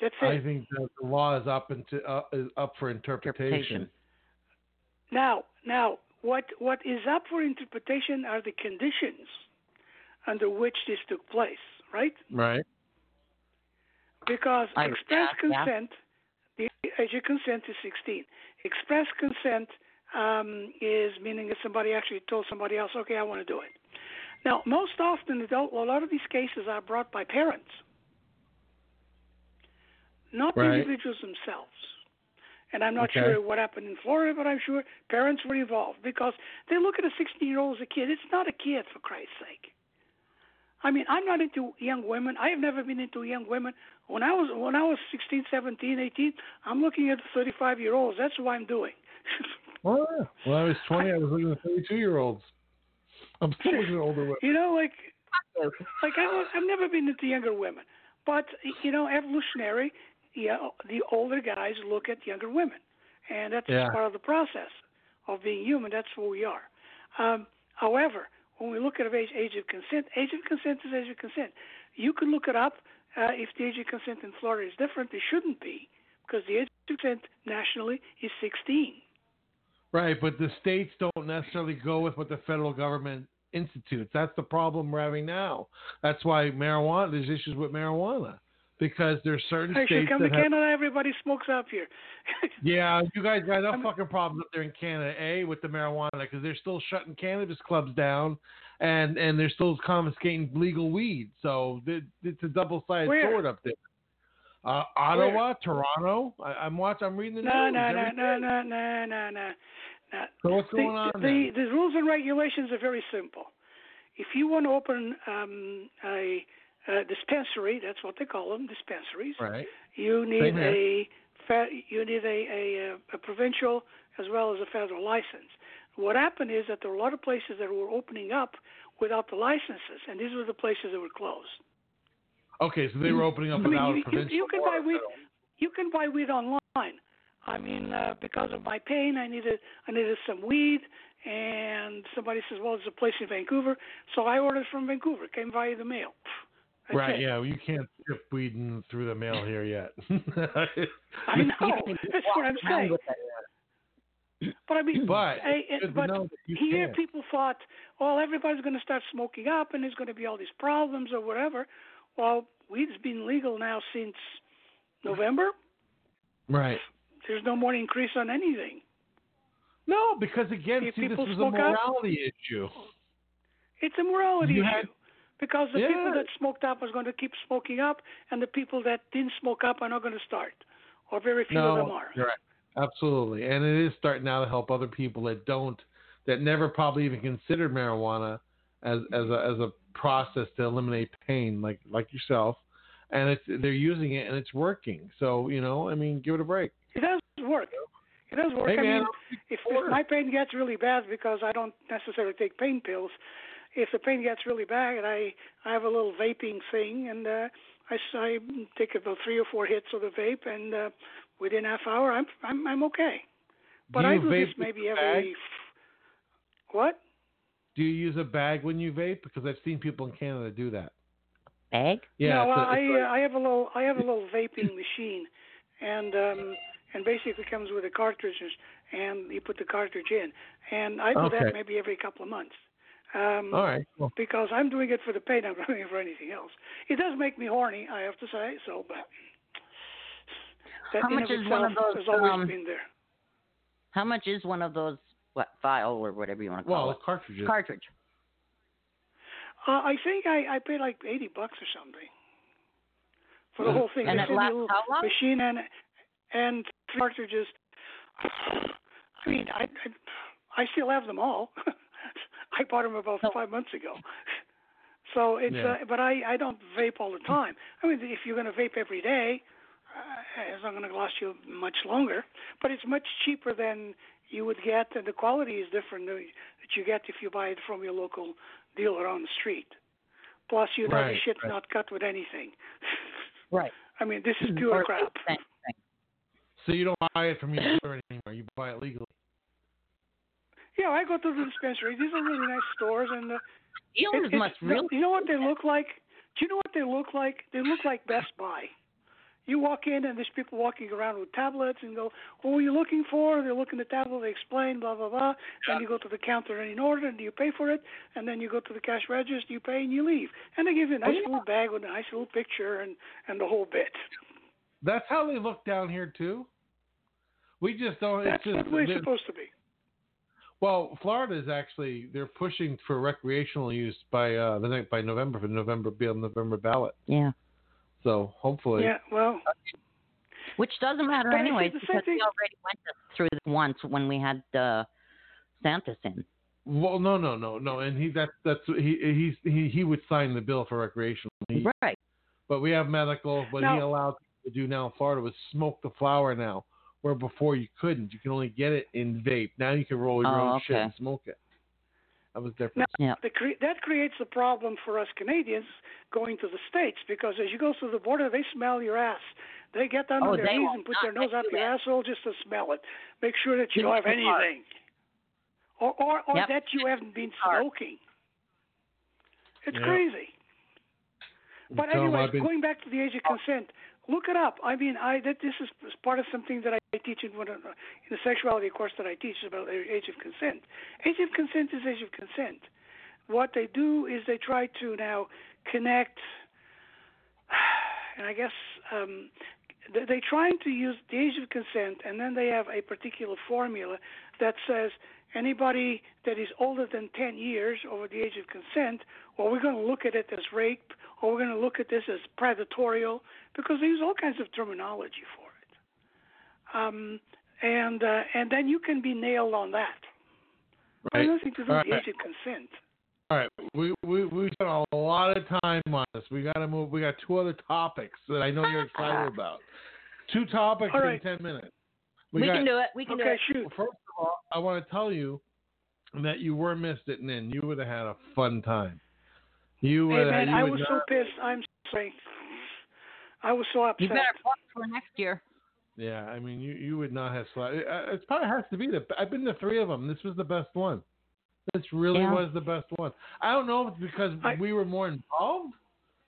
That's it.
I think that the law is up into uh, is up for interpretation.
Interpretation.
Now, now, what what is up for interpretation are the conditions under which this took place, right?
Right.
Because
I-
express
yeah, yeah.
consent, the age of consent is 16. Express consent um, is meaning that somebody actually told somebody else, okay, I want to do it. Now, most often, adult, a lot of these cases are brought by parents, not
Right.
the individuals themselves. And I'm not
Okay.
sure what happened in Florida, but I'm sure parents were involved because they look at a 16 year old as a kid. It's not a kid, for Christ's sake. I mean, I'm not into young women. I have never been into young women. When I was when I was 16, 17, 18, I'm looking at 35 year olds. That's what I'm doing.
Well, yeah. when I was 20, I was looking at 32 year olds. I'm still looking at older women.
you know, like like I was, I've never been into younger women, but you know, evolutionary, yeah, the older guys look at younger women, and that's
Yeah.
part of the process of being human. That's what we are. Um, however, when we look at age, age of consent, age of consent is age of consent. You can look it up. Uh, if the age of consent in Florida is different, it shouldn't be because the age of consent nationally is 16.
Right, but the states don't necessarily go with what the federal government institutes. That's the problem we're having now. That's why marijuana. There's issues with marijuana because there's certain
I should
states
come to
that have.
Canada. Everybody smokes up here.
Yeah, you guys got enough fucking problems up there in Canada, eh, with the marijuana because they're still shutting cannabis clubs down, and and they're still confiscating legal weed. So th- it's a double-sided
Where?
sword up there. Uh, Ottawa, Toronto. I, I'm watching. I'm reading the
No,
news.
no, no,
every
no, no, no, no, no. no.
So what's
the,
going on
The, the rules and regulations are very simple. If you want to open um, a, a dispensary, that's what they call them, dispensaries.
Right.
You need
here.
a fe- you need a, a, uh, a provincial as well as a federal license. What happened is that there were a lot of places that were opening up without the licenses, and these were the places that were closed.
Okay, so they were opening up
I mean,
without
you,
a provincial.
you, you can buy
order.
weed. You can buy weed online. I mean, uh, because of my pain, I needed I needed some weed, and somebody says, "Well, there's a place in Vancouver," so I ordered from Vancouver. It came via the mail. That's
Right,
it.
yeah, you can't ship weed in through the mail here yet.
I know. That's what I'm saying. But I mean,
But
I,
it's good to
it, but
know that you
here
can.
people thought, well, everybody's going to start smoking up, and there's going to be all these problems or whatever. Well, weed's been legal now since November.
Right.
There's no more increase on anything.
No, because again,
If
see, this
people
was a
smoke out-
morality issue.
It's a morality
You
issue.
had-
because the people
Yeah.
that smoked up are going to keep smoking up, and the people that didn't smoke up are not going to start, or very few of them
No,
are.
you're right. Absolutely, and it is starting now to help other people that don't, that never probably even considered marijuana as as a, as a process to eliminate pain, like like yourself, and it's they're using it and it's working. So you know, I mean, give it a break.
It does work. It does work.
Hey,
I
man,
mean,
I'm
if,
sure.
if my pain gets really bad because I don't necessarily take pain pills, if the pain gets really bad, I I have a little vaping thing, and uh, I, s- I take about three or four hits of the vape, and uh, within half hour, I'm I'm I'm okay. But
Do
I
you
do
vape
this
with
maybe
the
every
bag?
what?
Do you use a bag when you vape? Because I've seen people in Canada do that.
Bag?
Yeah,
no,
it's a-
I
it's
uh, I have a little I have a little vaping machine, and um and basically comes with a cartridge, and you put the cartridge in, and I do
Okay.
that maybe every couple of months. Um,
All right. Well,
Because I'm doing it for the pain, I'm not doing it for anything else. It does make me horny, I have to say. So, but that
How
in
much
of
is one of
itself
those,
has always
um,
been there.
How much is one of those what file or whatever you want to call
well, cartridges.
it? Cartridge.
Uh, I think I I paid like eighty bucks or something for the whole thing.
And
They
it
sent me a
lasts
little
how long?
Machine and and three cartridges. I mean, I I, I still have them all. I bought them about
So-
five months ago. So it's
Yeah.
uh, but I I don't vape all the time. I mean, if you're going to vape every day, uh, it's not going to last you much longer. But it's much cheaper than you would get, and the quality is different than that you get if you buy it from your local dealer on the street. Plus, you know the
Right,
shit's
right.
not cut with anything.
Right.
I mean, this
Mm-hmm.
is pure crap.
Same thing.
So you don't buy it from your dealer anymore. You buy it legally.
Yeah, I go to the dispensary. These are really nice stores, and uh, it-
Dealers
it-
must
no,
really
You know what they look like? Do you know what they look like? They look like Best Buy. You walk in and there's people walking around with tablets and go, "What were you looking for?" They look in the tablet, they explain, blah blah blah. Then you go to the counter and you order and you pay for it, and then you go to the cash register, you pay and you leave, and they give you a nice little bag with a nice little picture and and the whole bit.
That's how they look down here too. We just don't.
That's
it's
what
just
we're
they're-
supposed to be.
well, Florida is actually they're pushing for recreational use by uh, the next by November for the November be on the November ballot.
Yeah.
So hopefully,
Yeah, well,
Which doesn't matter
But I think
anyways
the same
because
thing-
we already went through this once when we had the Santas in.
well, no, no, no, no, and he that's that's he he's he, he would sign the bill for recreational, use.
Right.
but we have medical. What he
Now-
allowed people to do now in Florida was smoke the flower now, where before you couldn't. You can only get it in vape. Now you can roll your
Oh,
own shit
okay.
and smoke it. That was different.
the cre- that creates a problem for us Canadians going to the states because as you go through the border, they smell your ass. They get down
Oh,
on their
they
knees
will
and put
not
their nose
let
up
you
your
in.
asshole just to smell it. Make sure that
Give
you don't
it
have
to the car.
anything, or or, or
Yep.
that you haven't been
Car.
smoking. It's
Yep.
crazy. But
Tell 'em
anyway,
I've been- Oh.
going back to the age of consent, look it up. I mean, I that this is part of something that I teach in one of, in the sexuality course that I teach is about the age of consent. Age of consent is age of consent. what they do is they try to now connect, and I guess um, they- they're trying to use the age of consent, and then they have a particular formula that says anybody that is older than 10 years over the age of consent, well, we're going to look at it as rape, or we're going to look at this as predatorial, because they use all kinds of terminology for it. Um, and uh, and then you can be nailed on that. It has
Right.
nothing to do
All
with the
right.
age of consent.
All right, we we we spent a lot of time on this. We got to move. We got two other topics that I know you're excited about. Two topics
All right.
in ten minutes.
We,
got,
can do it. We can uh, do
Okay,
it.
shoot.
First of all, I want to tell you that you were missed it, and then you would have had a fun time. You would. uh,
Hey, man,
you
I
would
was
not-
so pissed. I'm sorry. I was so
You
upset.
better plan for next year.
Yeah, I mean, you you would not have slept. It, uh, it probably has to be the. I've been to three of them. This was the best one. This really
Yeah.
was the best one. I don't know if it's because
I-
we were more involved,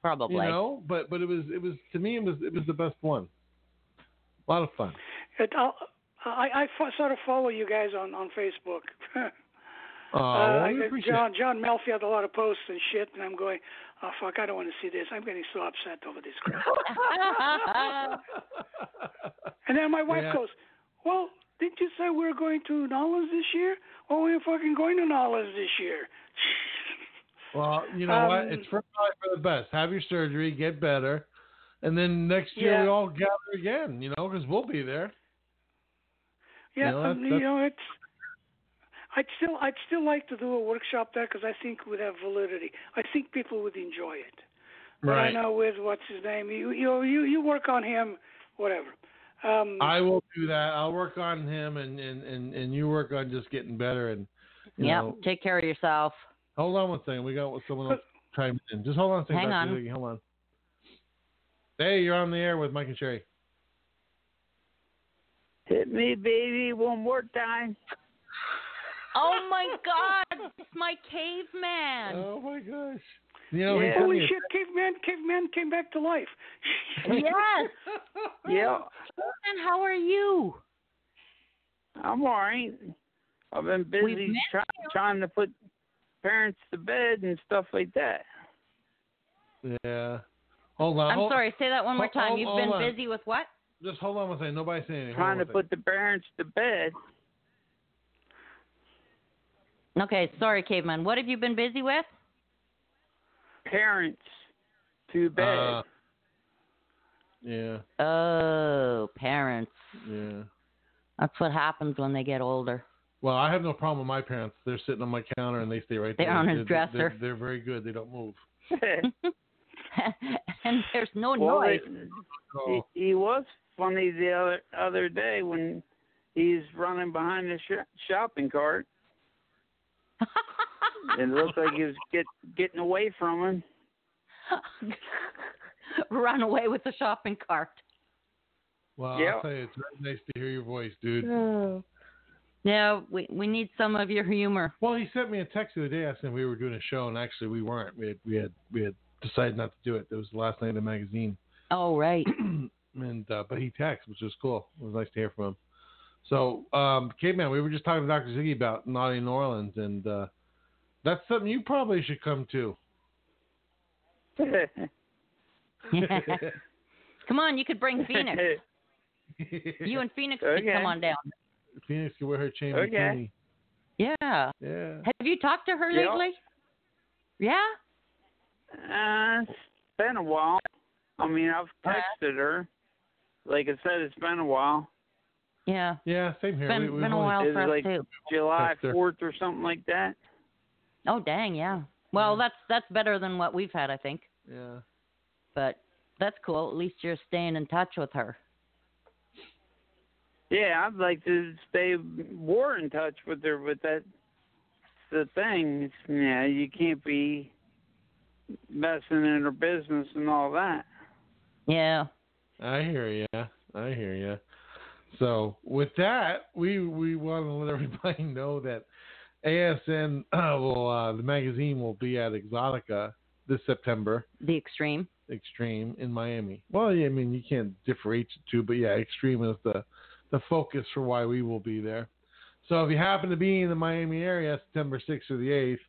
Probably.
you know, but but it was it was to me it was it was the best one. A lot of fun.
It, I'll, I, I fo- sort of follow you guys on on Facebook.
Oh,
uh,
well,
I-
we appreciate
John John Melfi had a lot of posts and shit, and I'm going, oh fuck, I don't want to see this. I'm getting so upset over this crap. and then my wife
Yeah.
goes, well, didn't you say we were going to Nolans this year? Well, we're fucking going to Nolans this year.
Well, you know what?
Um,
It's for probably for the best. Have your surgery, get better, and then next year
Yeah.
we all gather again. You know, because we'll be there.
Yeah,
You know,
um,
that's-
you know it's. I'd still, I'd still like to do a workshop there because I think it would have validity. I think people would enjoy it. But I know with what's his name, you, you, you, you work on him, whatever. Um,
I will do that. I'll work on him, and and and, and you work on just getting better. And you
Yep.
know,
Take care of yourself.
hold on one second. We got someone else chiming in. Just hold on a second.
Hang
Dr.
on.
Ziggy. Hold on. Hey, you're on the air with Mike and Sherry.
Hit me, baby, one more time.
Oh my God! It's my caveman.
Oh my gosh. You know, he
Yeah.
sent
holy
me a-
shit, caveman, caveman came back to life.
yes.
Yeah,
And how are you?
I'm all right. I've been busy
missed
try, trying to put parents to bed and stuff like that.
Yeah. Hold on.
I'm
hold-
sorry. Say that one more
hold-
time.
hold-
You've
hold
been
on.
busy with what?
Just hold on one second. Nobody's saying anything.
Trying to
Hold on
put the parents to bed.
Okay. Sorry, caveman. What have you been busy with?
Parents to
one
bed.
second. Uh, yeah.
Oh, parents.
Yeah.
That's what happens when they get older.
Well, I have no problem with my parents. They're sitting on my counter and they stay right
They're
there.
on his
they're,
dresser.
They're, they're very good. They don't move.
and there's no
well,
noise.
it-
So,
he, he was funny the other other day when he's running behind the sh- shopping cart. It looked like he was get, getting away from him.
Run away with the shopping cart.
well,
Yeah.
I'll tell you, it's very nice to hear your voice, dude.
No, we we need some of your humor.
Well, he sent me a text the other day asking if we were doing a show, and actually we weren't. We had we had we had decided not to do it. It was the last night of the magazine,
Oh right.
and uh, but he texted, which was cool. It was nice to hear from him. So, um, caveman, we were just talking to Dr. Ziggy about naughty New Orleans, and uh, that's something you probably should come to.
Come on, you could bring Phoenix. You and Phoenix could
Okay.
come on down.
Phoenix could wear her chain
Okay.
bikini.
Yeah.
Yeah.
Have you talked to her
Yeah.
lately? Yeah.
Uh, it's been a while. I mean, I've texted her. Like I said, it's been a while.
Yeah.
Yeah, same here.
Been
we, we've
been a
only-
while
Is
for
it
us
like-
too.
July
Texted her.
4th or something like that.
Oh dang, yeah. Well, that's that's better than what we've had, I think.
Yeah.
But that's cool. At least you're staying in touch with her.
Yeah, I'd like to stay more in touch with her, but that's the thing. It's, yeah, you can't be messing in her business and all that.
Yeah.
I hear ya. I hear ya. So with that, we we want to let everybody know that ASN uh, will uh, the magazine will be at Exotica this September
The extreme.
Extreme in Miami. Well, yeah, I mean you can't differentiate the two, but yeah, Extreme is the the focus for why we will be there. So if you happen to be in the Miami area, September sixth or the eighth,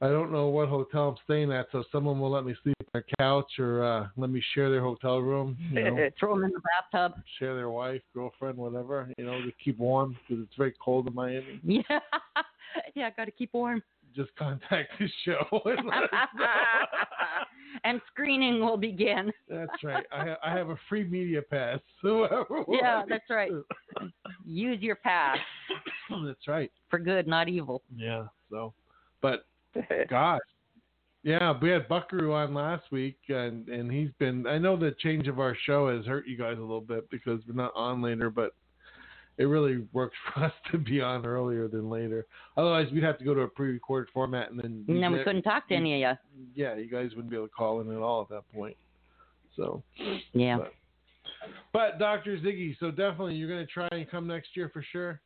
I don't know what hotel I'm staying at, so someone will let me sleep on their couch or uh, let me share their hotel room. You know,
Throw them in the bathtub.
share their wife, girlfriend, whatever. You know, to keep warm because it's very cold in Miami.
Yeah. yeah, got to keep warm.
Just contact the show. And let us know.
and screening will begin.
that's right. I, ha- I have a free media pass. Whoever
Yeah,
wants
that's right.
it.
Use your pass
Oh, that's right.
for good, not evil.
Yeah. So, but gosh, yeah, we had Buckaroo on last week, and and he's been. I know the change of our show has hurt you guys a little bit because we're not on later, but it really worked for us to be on earlier than later. Otherwise, we'd have to go to a pre-recorded format, and then
And then we couldn't talk to any of
Yeah, you guys wouldn't be able to call in at all at that point. So,
you. Yeah.
but Doctor Ziggy, so definitely you're going to try and come next year for sure.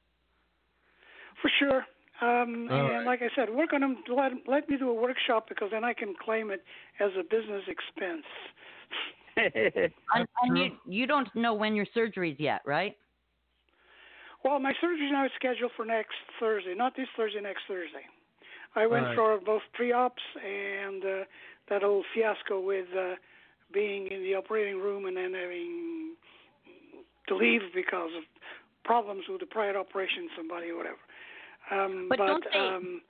For sure. Um, and
All right.
like I said, work on them. Let, let me do a workshop because then I can claim it as a business expense.
And, and you,
true.
you don't know when your surgery's yet, right?
Well, my surgery now is scheduled for next Thursday, not this Thursday, next Thursday. I went
All right.
for both pre-ops and uh, that old fiasco with uh, being in the operating room and then having to leave because of problems with the prior operation, somebody or whatever. Um,
But don't they-
um,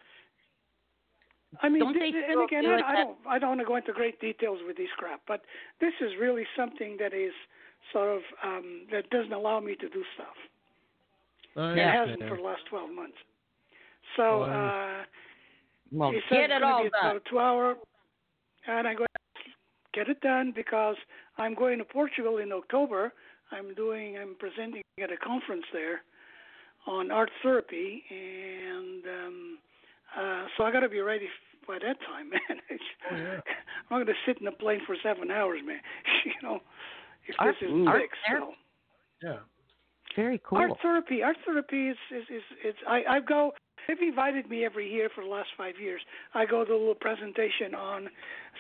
I mean,
Don't
thi-
they
thi- and
still
again,
do it
I, I
that-
don't, I don't want to go into great details with this crap, but this is really something that is sort of um, that doesn't allow me to do stuff.
I
Uh, Yeah.
It
understand.
hasn't for the last 12 months. So
Well,
uh,
Well,
he said
get
it's
it
going to
all
be about
done.
a 2 hour, and I go get it done because I'm going to Portugal in October. I'm doing, I'm presenting at a conference there on art therapy, and um, uh, so I got to be ready f- by that time, man. It's-
Oh, yeah.
I'm not going to sit in a plane for seven hours, man. you know, if
Art-
this isn't
art
fixed.
therapy?
so.
Yeah.
Very cool.
Art therapy. Art therapy is is is, is I I go. They've invited me every year for the last five years. I go to a little presentation on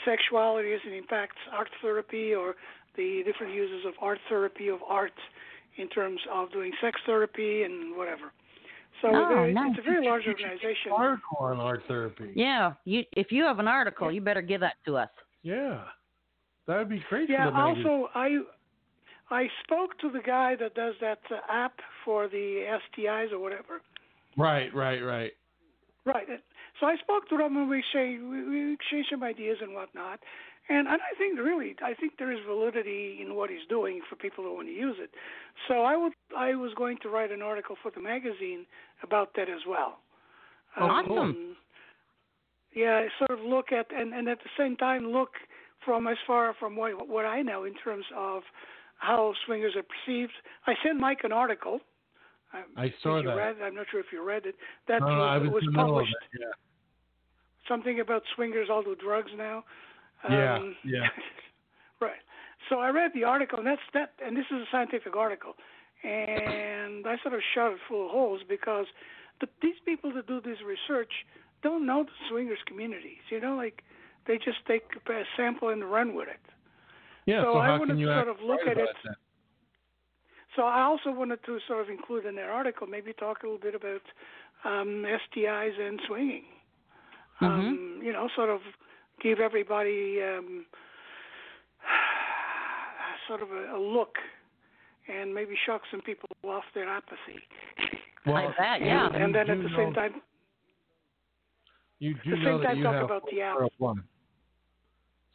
sexuality as it impacts art therapy or the different uses of art therapy of art in terms of doing sex therapy and whatever. So
Oh,
there-
nice.
it's a very large
Ah, You should get
organization.
Article on art therapy.
Yeah, you if you have an article, you better give that to us.
Yeah. That would be great.
Yeah.
for the magazine.
Also, I I spoke to the guy that does that uh, app for the STIs or whatever.
Right, right, right.
Right. And So I spoke to them and we say we, we exchanged some ideas and whatnot. And and I think really I think there is validity in what he's doing for people who want to use it. So I would I was going to write an article for the magazine about that as well. Um,
Oh, cool.
Yeah, sort of look at and, and at the same time look from as far from what what I know in terms of how swingers are perceived. I sent Mike an article. I,
I saw
you
that.
Read, it. I'm not sure if you read it. That
No, no, Uh, I
was,
was,
was
in the middle of
published
it. Yeah.
something about swingers all do drugs now.
Yeah,
Um,
yeah.
right. So I read the article, and that's that, and this is a scientific article, and I sort of shot it full of holes because the, these people that do this research don't know the swingers communities. You know, like they just take a sample and run with it.
Yeah,
So
so,
I
how
wanted
can
to
you act
sort of look
right
at
about
it So I also wanted to sort of include in that article, maybe talk a little bit about um, STIs and swinging. Um, you know, sort of give everybody um, sort of a, a look and maybe shock some people off their apathy.
that? Well,
I bet, yeah.
and then at the same time,
you do
the same
know that
time
you
talk
have
about the app.
four of one.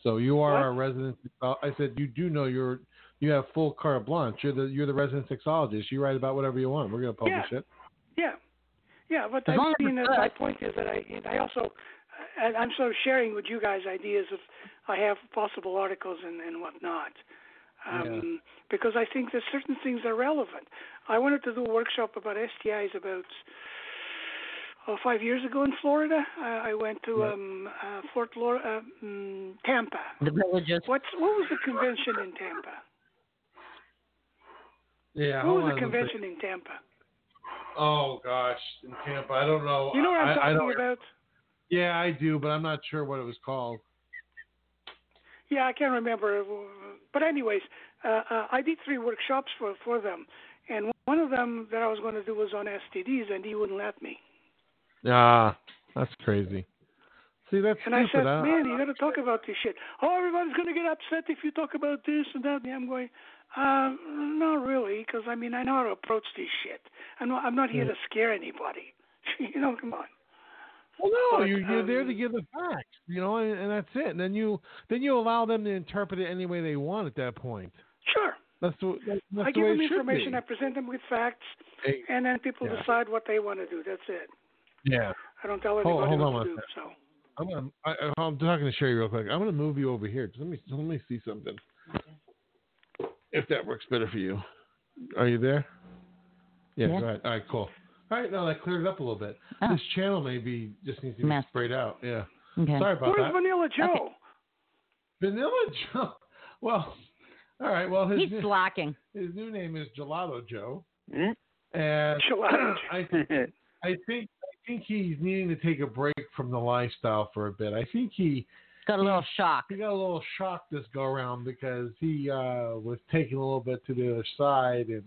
So you are
What?
our resident. sexo- I said you do know you're you have full carte blanche. You're the you're the resident sexologist. You write about whatever you want. We're gonna publish it.
Yeah, yeah. But
As
I
long as
mean,
it's
my
good.
point is that I, and I also, and I'm sort of sharing with you guys ideas of I have possible articles and and whatnot, um, because I think that certain things are relevant. I wanted to do a workshop about STIs about. Oh, five years ago in Florida, I I went to
Yeah.
um, uh, Fort Lor- uh, mm, Tampa.
The villages.
What's what was the convention in Tampa?
Yeah.
What
hold
was
on a
the
second.
convention in Tampa?
Oh gosh, in Tampa. I don't know.
You know what I'm
I, I
talking
don't-
about?
Yeah, I do, but I'm not sure what it was called.
Yeah, I can't remember. But anyways, uh, uh, I did three workshops for for them, and one of them that I was going to do was on STDs, and he wouldn't let me.
Ah, that's crazy. See, that's
And I said,
stupid. I-
man, you're going to talk about this shit. Oh, everybody's going to get upset if you talk about this and that. And I'm going, uh, not really, because I mean, I know how to approach this shit. I'm not, I'm not here to scare anybody. you know, come on.
Well, no,
Look,
you're, you're there to
um,
give the facts, you know, and, and that's it. And then you then you allow them to interpret it any way they want at that point.
Sure.
That's the that's, that's
I
the
give
way
them
it should
information,
be.
I present them with facts,
Hey,
and then people
Yeah.
decide what they want to do. That's it.
yeah,
I don't tell anybody
Hold- hold on
what
one
to do. So
I'm gonna, I, I- I'm talking to Sherry real quick. I'm gonna move you over here. Just let me let me see something. If that works better for you, are you there? Yeah,
Yeah.
Go ahead. All right. Cool. All right. Now that cleared it up a little bit.
Oh.
This channel maybe just needs to be
Mess.
sprayed out. Yeah.
Okay.
Sorry about that.
where's Vanilla Joe?
Vanilla Joe. Well, all right. Well, his
He's slacking.
his new name is Gelato Joe,
Hmm?
and
Gelato
I I think I think he's needing to take a break from the lifestyle for a bit. I think he
Got a little shock.
he got a little shocked this go around because he uh, was taken a little bit to the other side, and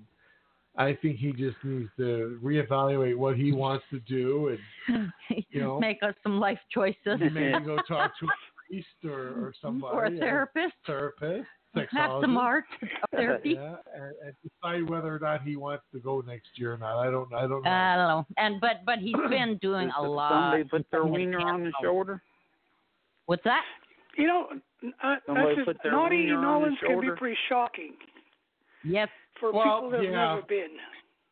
I think he just needs to reevaluate what he wants to do and You know?
Make us some life choices.
maybe go talk to a priest or, or somebody
or a
or
therapist.
therapist,
Have some
sexologist.
art therapy.
Yeah, and, and decide whether or not he wants to go next year or not. I don't. I don't know.
I don't know. And but but he's been doing a lot.
Somebody put their
He's been
wiener on the
canceled.
shoulder.
What's that?
You know, uh,
Somebody
that's just,
put their
naughty
wiener on his
Nolans can be
shoulder?
pretty shocking
Yes.
for
Well,
people that have
yeah.
never been.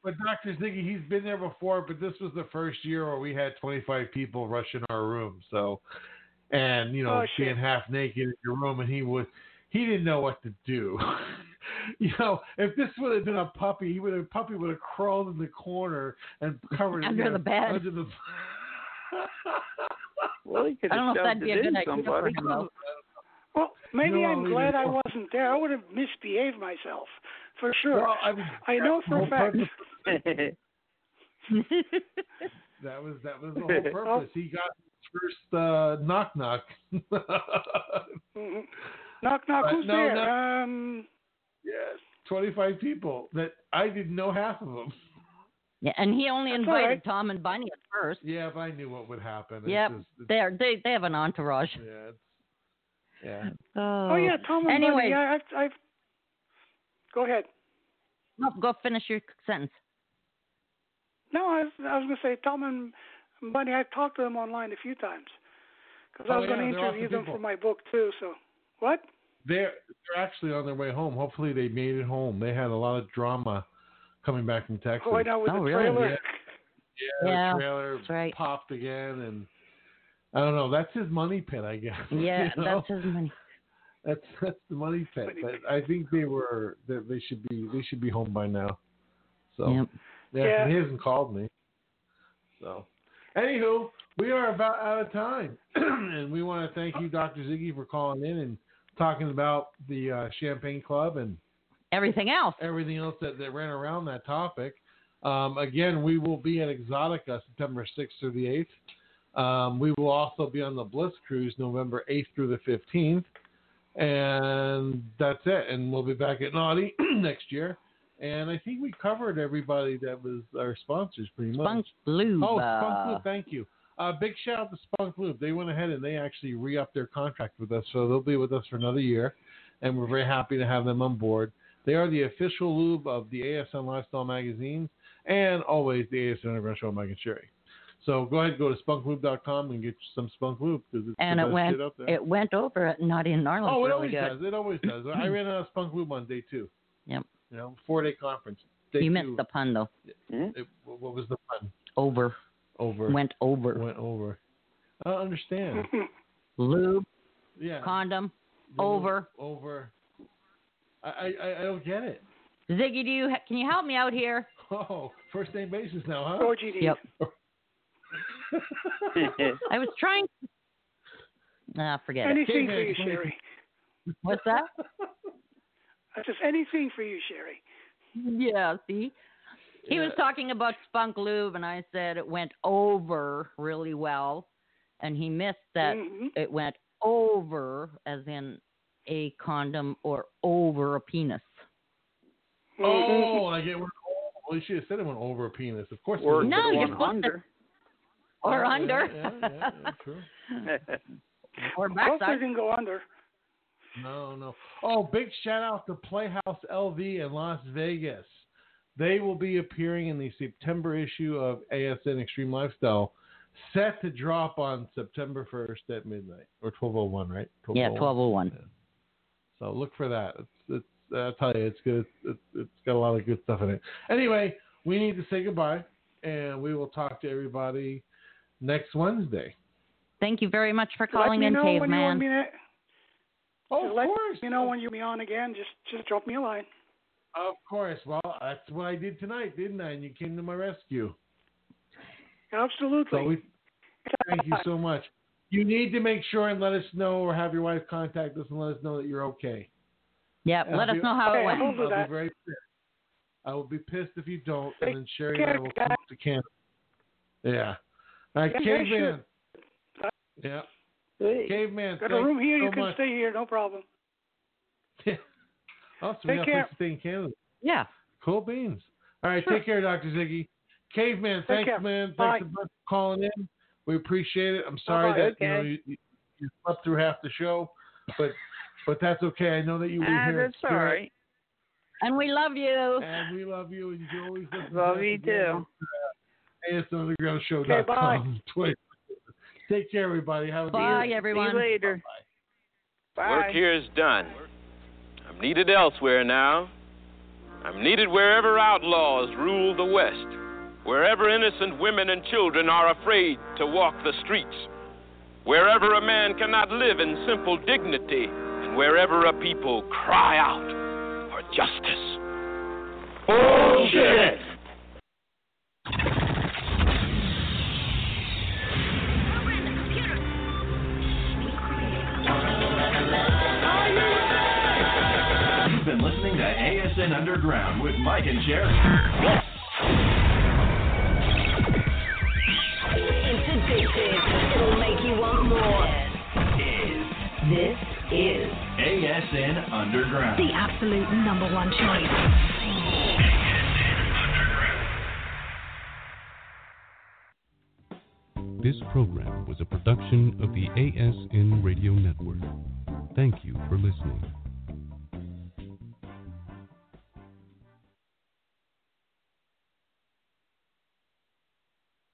But Dr. Ziggy, he's been there before, but this was the first year where we had 25 people rush in our room. So, and you know,
Oh, shit.
being half naked in your room, and he was, he didn't know what to do. you know, if this would have been a puppy, he would have puppy would have crawled in the corner and covered
Under
you know,
the bed.
Under the.
Well, he could
I don't
have
know if that'd
shoved
be a
it in
good idea for
somebody.
him though.
Well, maybe
No, I'll
I'm
leave
glad
it
I
alone.
wasn't there. I would have misbehaved myself for sure.
well, I, mean,
I know for
Well,
a fact.
purpose- that was that was the
Oh.
whole purpose. He got his first uh, knock knock.
Mhm. Knock, knock,
Uh,
who's
no,
there?
no.
Um,
Yes, 25 people that I didn't know half of them.
yeah, and he only
That's all
invited
right.
Tom and Bunny at first.
Yeah, if I knew what would happen. It's
Yep.
just- it's-
They're, they they have an entourage.
yeah, it's, yeah.
Oh,
oh, yeah, Tom and
anyway,
Buddy. Yeah, I've, I've. Go ahead.
no, go finish your sentence.
No, I was, I was going to say Tom and Bunny. I've talked to them online a few times because I
Oh,
was going to
yeah, they're
interview
awesome
them
people.
for my book too. So what?
They're, they're actually on their way home. Hopefully, they made it home. They had a lot of drama coming back from Texas.
Oh, I know with
Oh,
the
really?
trailer.
Yeah. Yeah,
Yeah,
the trailer
that's right.
popped again, and I don't know. That's his money pit, I guess.
Yeah,
you know?
that's his money.
that's that's the money pit.
Money
But I think they were that they should be they should be home by now. So.
Yep.
Yeah,
Yeah.
he hasn't called me. So, anywho, we are about out of time, and we want to thank you, Doctor Ziggy, for calling in and talking about the uh, Champagne Club and
Everything else.
everything else that, that ran around that topic. Um, again, we will be at Exotica September 6th through the 8th. Um, we will also be on the Bliss Cruise November 8th through the 15th. And that's it. And we'll be back at Naughty next year. And I think we covered everybody that was our sponsors pretty much.
Spunk Lube.
Oh,
uh,
Spunk Lube, thank you. Uh, big shout out to Spunk Lube. They went ahead and they actually re upped their contract with us, so they'll be with us for another year, and we're very happy to have them on board. They are the official lube of the ASN Lifestyle magazines and always the ASN Underground Show, Mike and Sherry. So go ahead, go to spunklube.com and get some Spunk Lube because it's
and
the
it
best
went
shit out there.
it went over at Naughty and Gnarly.
oh, it
really
always
good.
does. It always does. I ran out of Spunk Lube on day two.
Yep.
You know, four day conference. Day
You
two,
missed the pun though.
it- what was the fun?
Over.
Over.
Went over.
went over. I don't understand.
Lube,
Yeah.
condom,
the little-
over.
Over. I, I- I, I don't get it.
Ziggy, do you ha- can you help me out here?
Oh, first name basis now, huh?
Oh, GD.
Yep. I was trying. Ah, forget it.
Anything for
Caveman,
you,
please.
Sherry.
What's that?
I says anything for you, Sherry.
Yeah, see? He was talking about Spunk Lube, and I said it went over really well, and he missed that
Mhm.
it went over, as in a condom or over a penis.
Mhm. Mm-hmm.
Oh, I get one. Well, you should have said it went over a penis. Of course. it
Or
went
No,
over a
you're
one
penis.
supposed to-
under.
Oh,
or under,
Yeah, yeah, yeah, yeah, true.
or
Hopefully,
backside.
didn't go under.
No, no. Oh, big shout out to Playhouse LV in Las Vegas. They will be appearing in the September issue of ASN Extreme Lifestyle, set to drop on September 1st at midnight or 12:01, right?
Yeah,
12:01.
twelve oh one.
So look for that. It's, it's I tell you, it's good. It's, it's got a lot of good stuff in it. Anyway, we need to say goodbye, and we will talk to everybody next Wednesday.
Thank you very much for
Let
calling
me
in,
know when you want me
Caveman.
to.
Oh, of
let
course.
You know when you be on again, just just drop me a line.
Of course. Well, that's what I did tonight, didn't I? And you came to my rescue.
Absolutely.
So we thank you so much. You need to make sure and let us know, or have your wife contact us and let us know that you're okay.
Yeah,
And
let
I'll
us
be-
know how
Okay,
it went.
I'll do
I'll
that.
be very pissed. I will be pissed if you don't, and then Sherry
care,
and I will
guys.
keep the can. Yeah. All right,
Yeah, yeah,
caveman.
sure.
Yeah,
Hey,
caveman.
Got a
thank
room here.
so
You can
much.
stay here. No problem.
Oh, so we
Take
got
care.
places to stay in Canada.
Yeah.
Cool beans. All right,
Sure.
take care, Doctor Ziggy. Caveman, thanks,
care.
man.
Bye.
Thanks a bunch for calling in. We appreciate it. I'm sorry
Bye-bye.
that you, know, you, you- you slept through half the show, but but that's okay. I know that you were
ah,
here.
that's all right.
And we love you.
And we love you, and you can always listen
Love
to us
you
again at, uh, ASUndergroundShow.com. Twitter. Take care, everybody. Have a good
Bye,
day.
See
everyone.
you later. Bye.
Work here is done. I'm needed elsewhere now. I'm needed wherever outlaws rule the West, wherever innocent women and children are afraid to walk the streets, wherever a man cannot live in simple dignity, and wherever a people cry out for justice. Bullshit!
Program the computer.
You've been listening to ASN Underground with Mike and Jerry.
It's addictive. It'll make you want more. This is
ASN Underground.
the absolute number one choice.
This program was a production of the ASN Radio Network. Thank you for listening.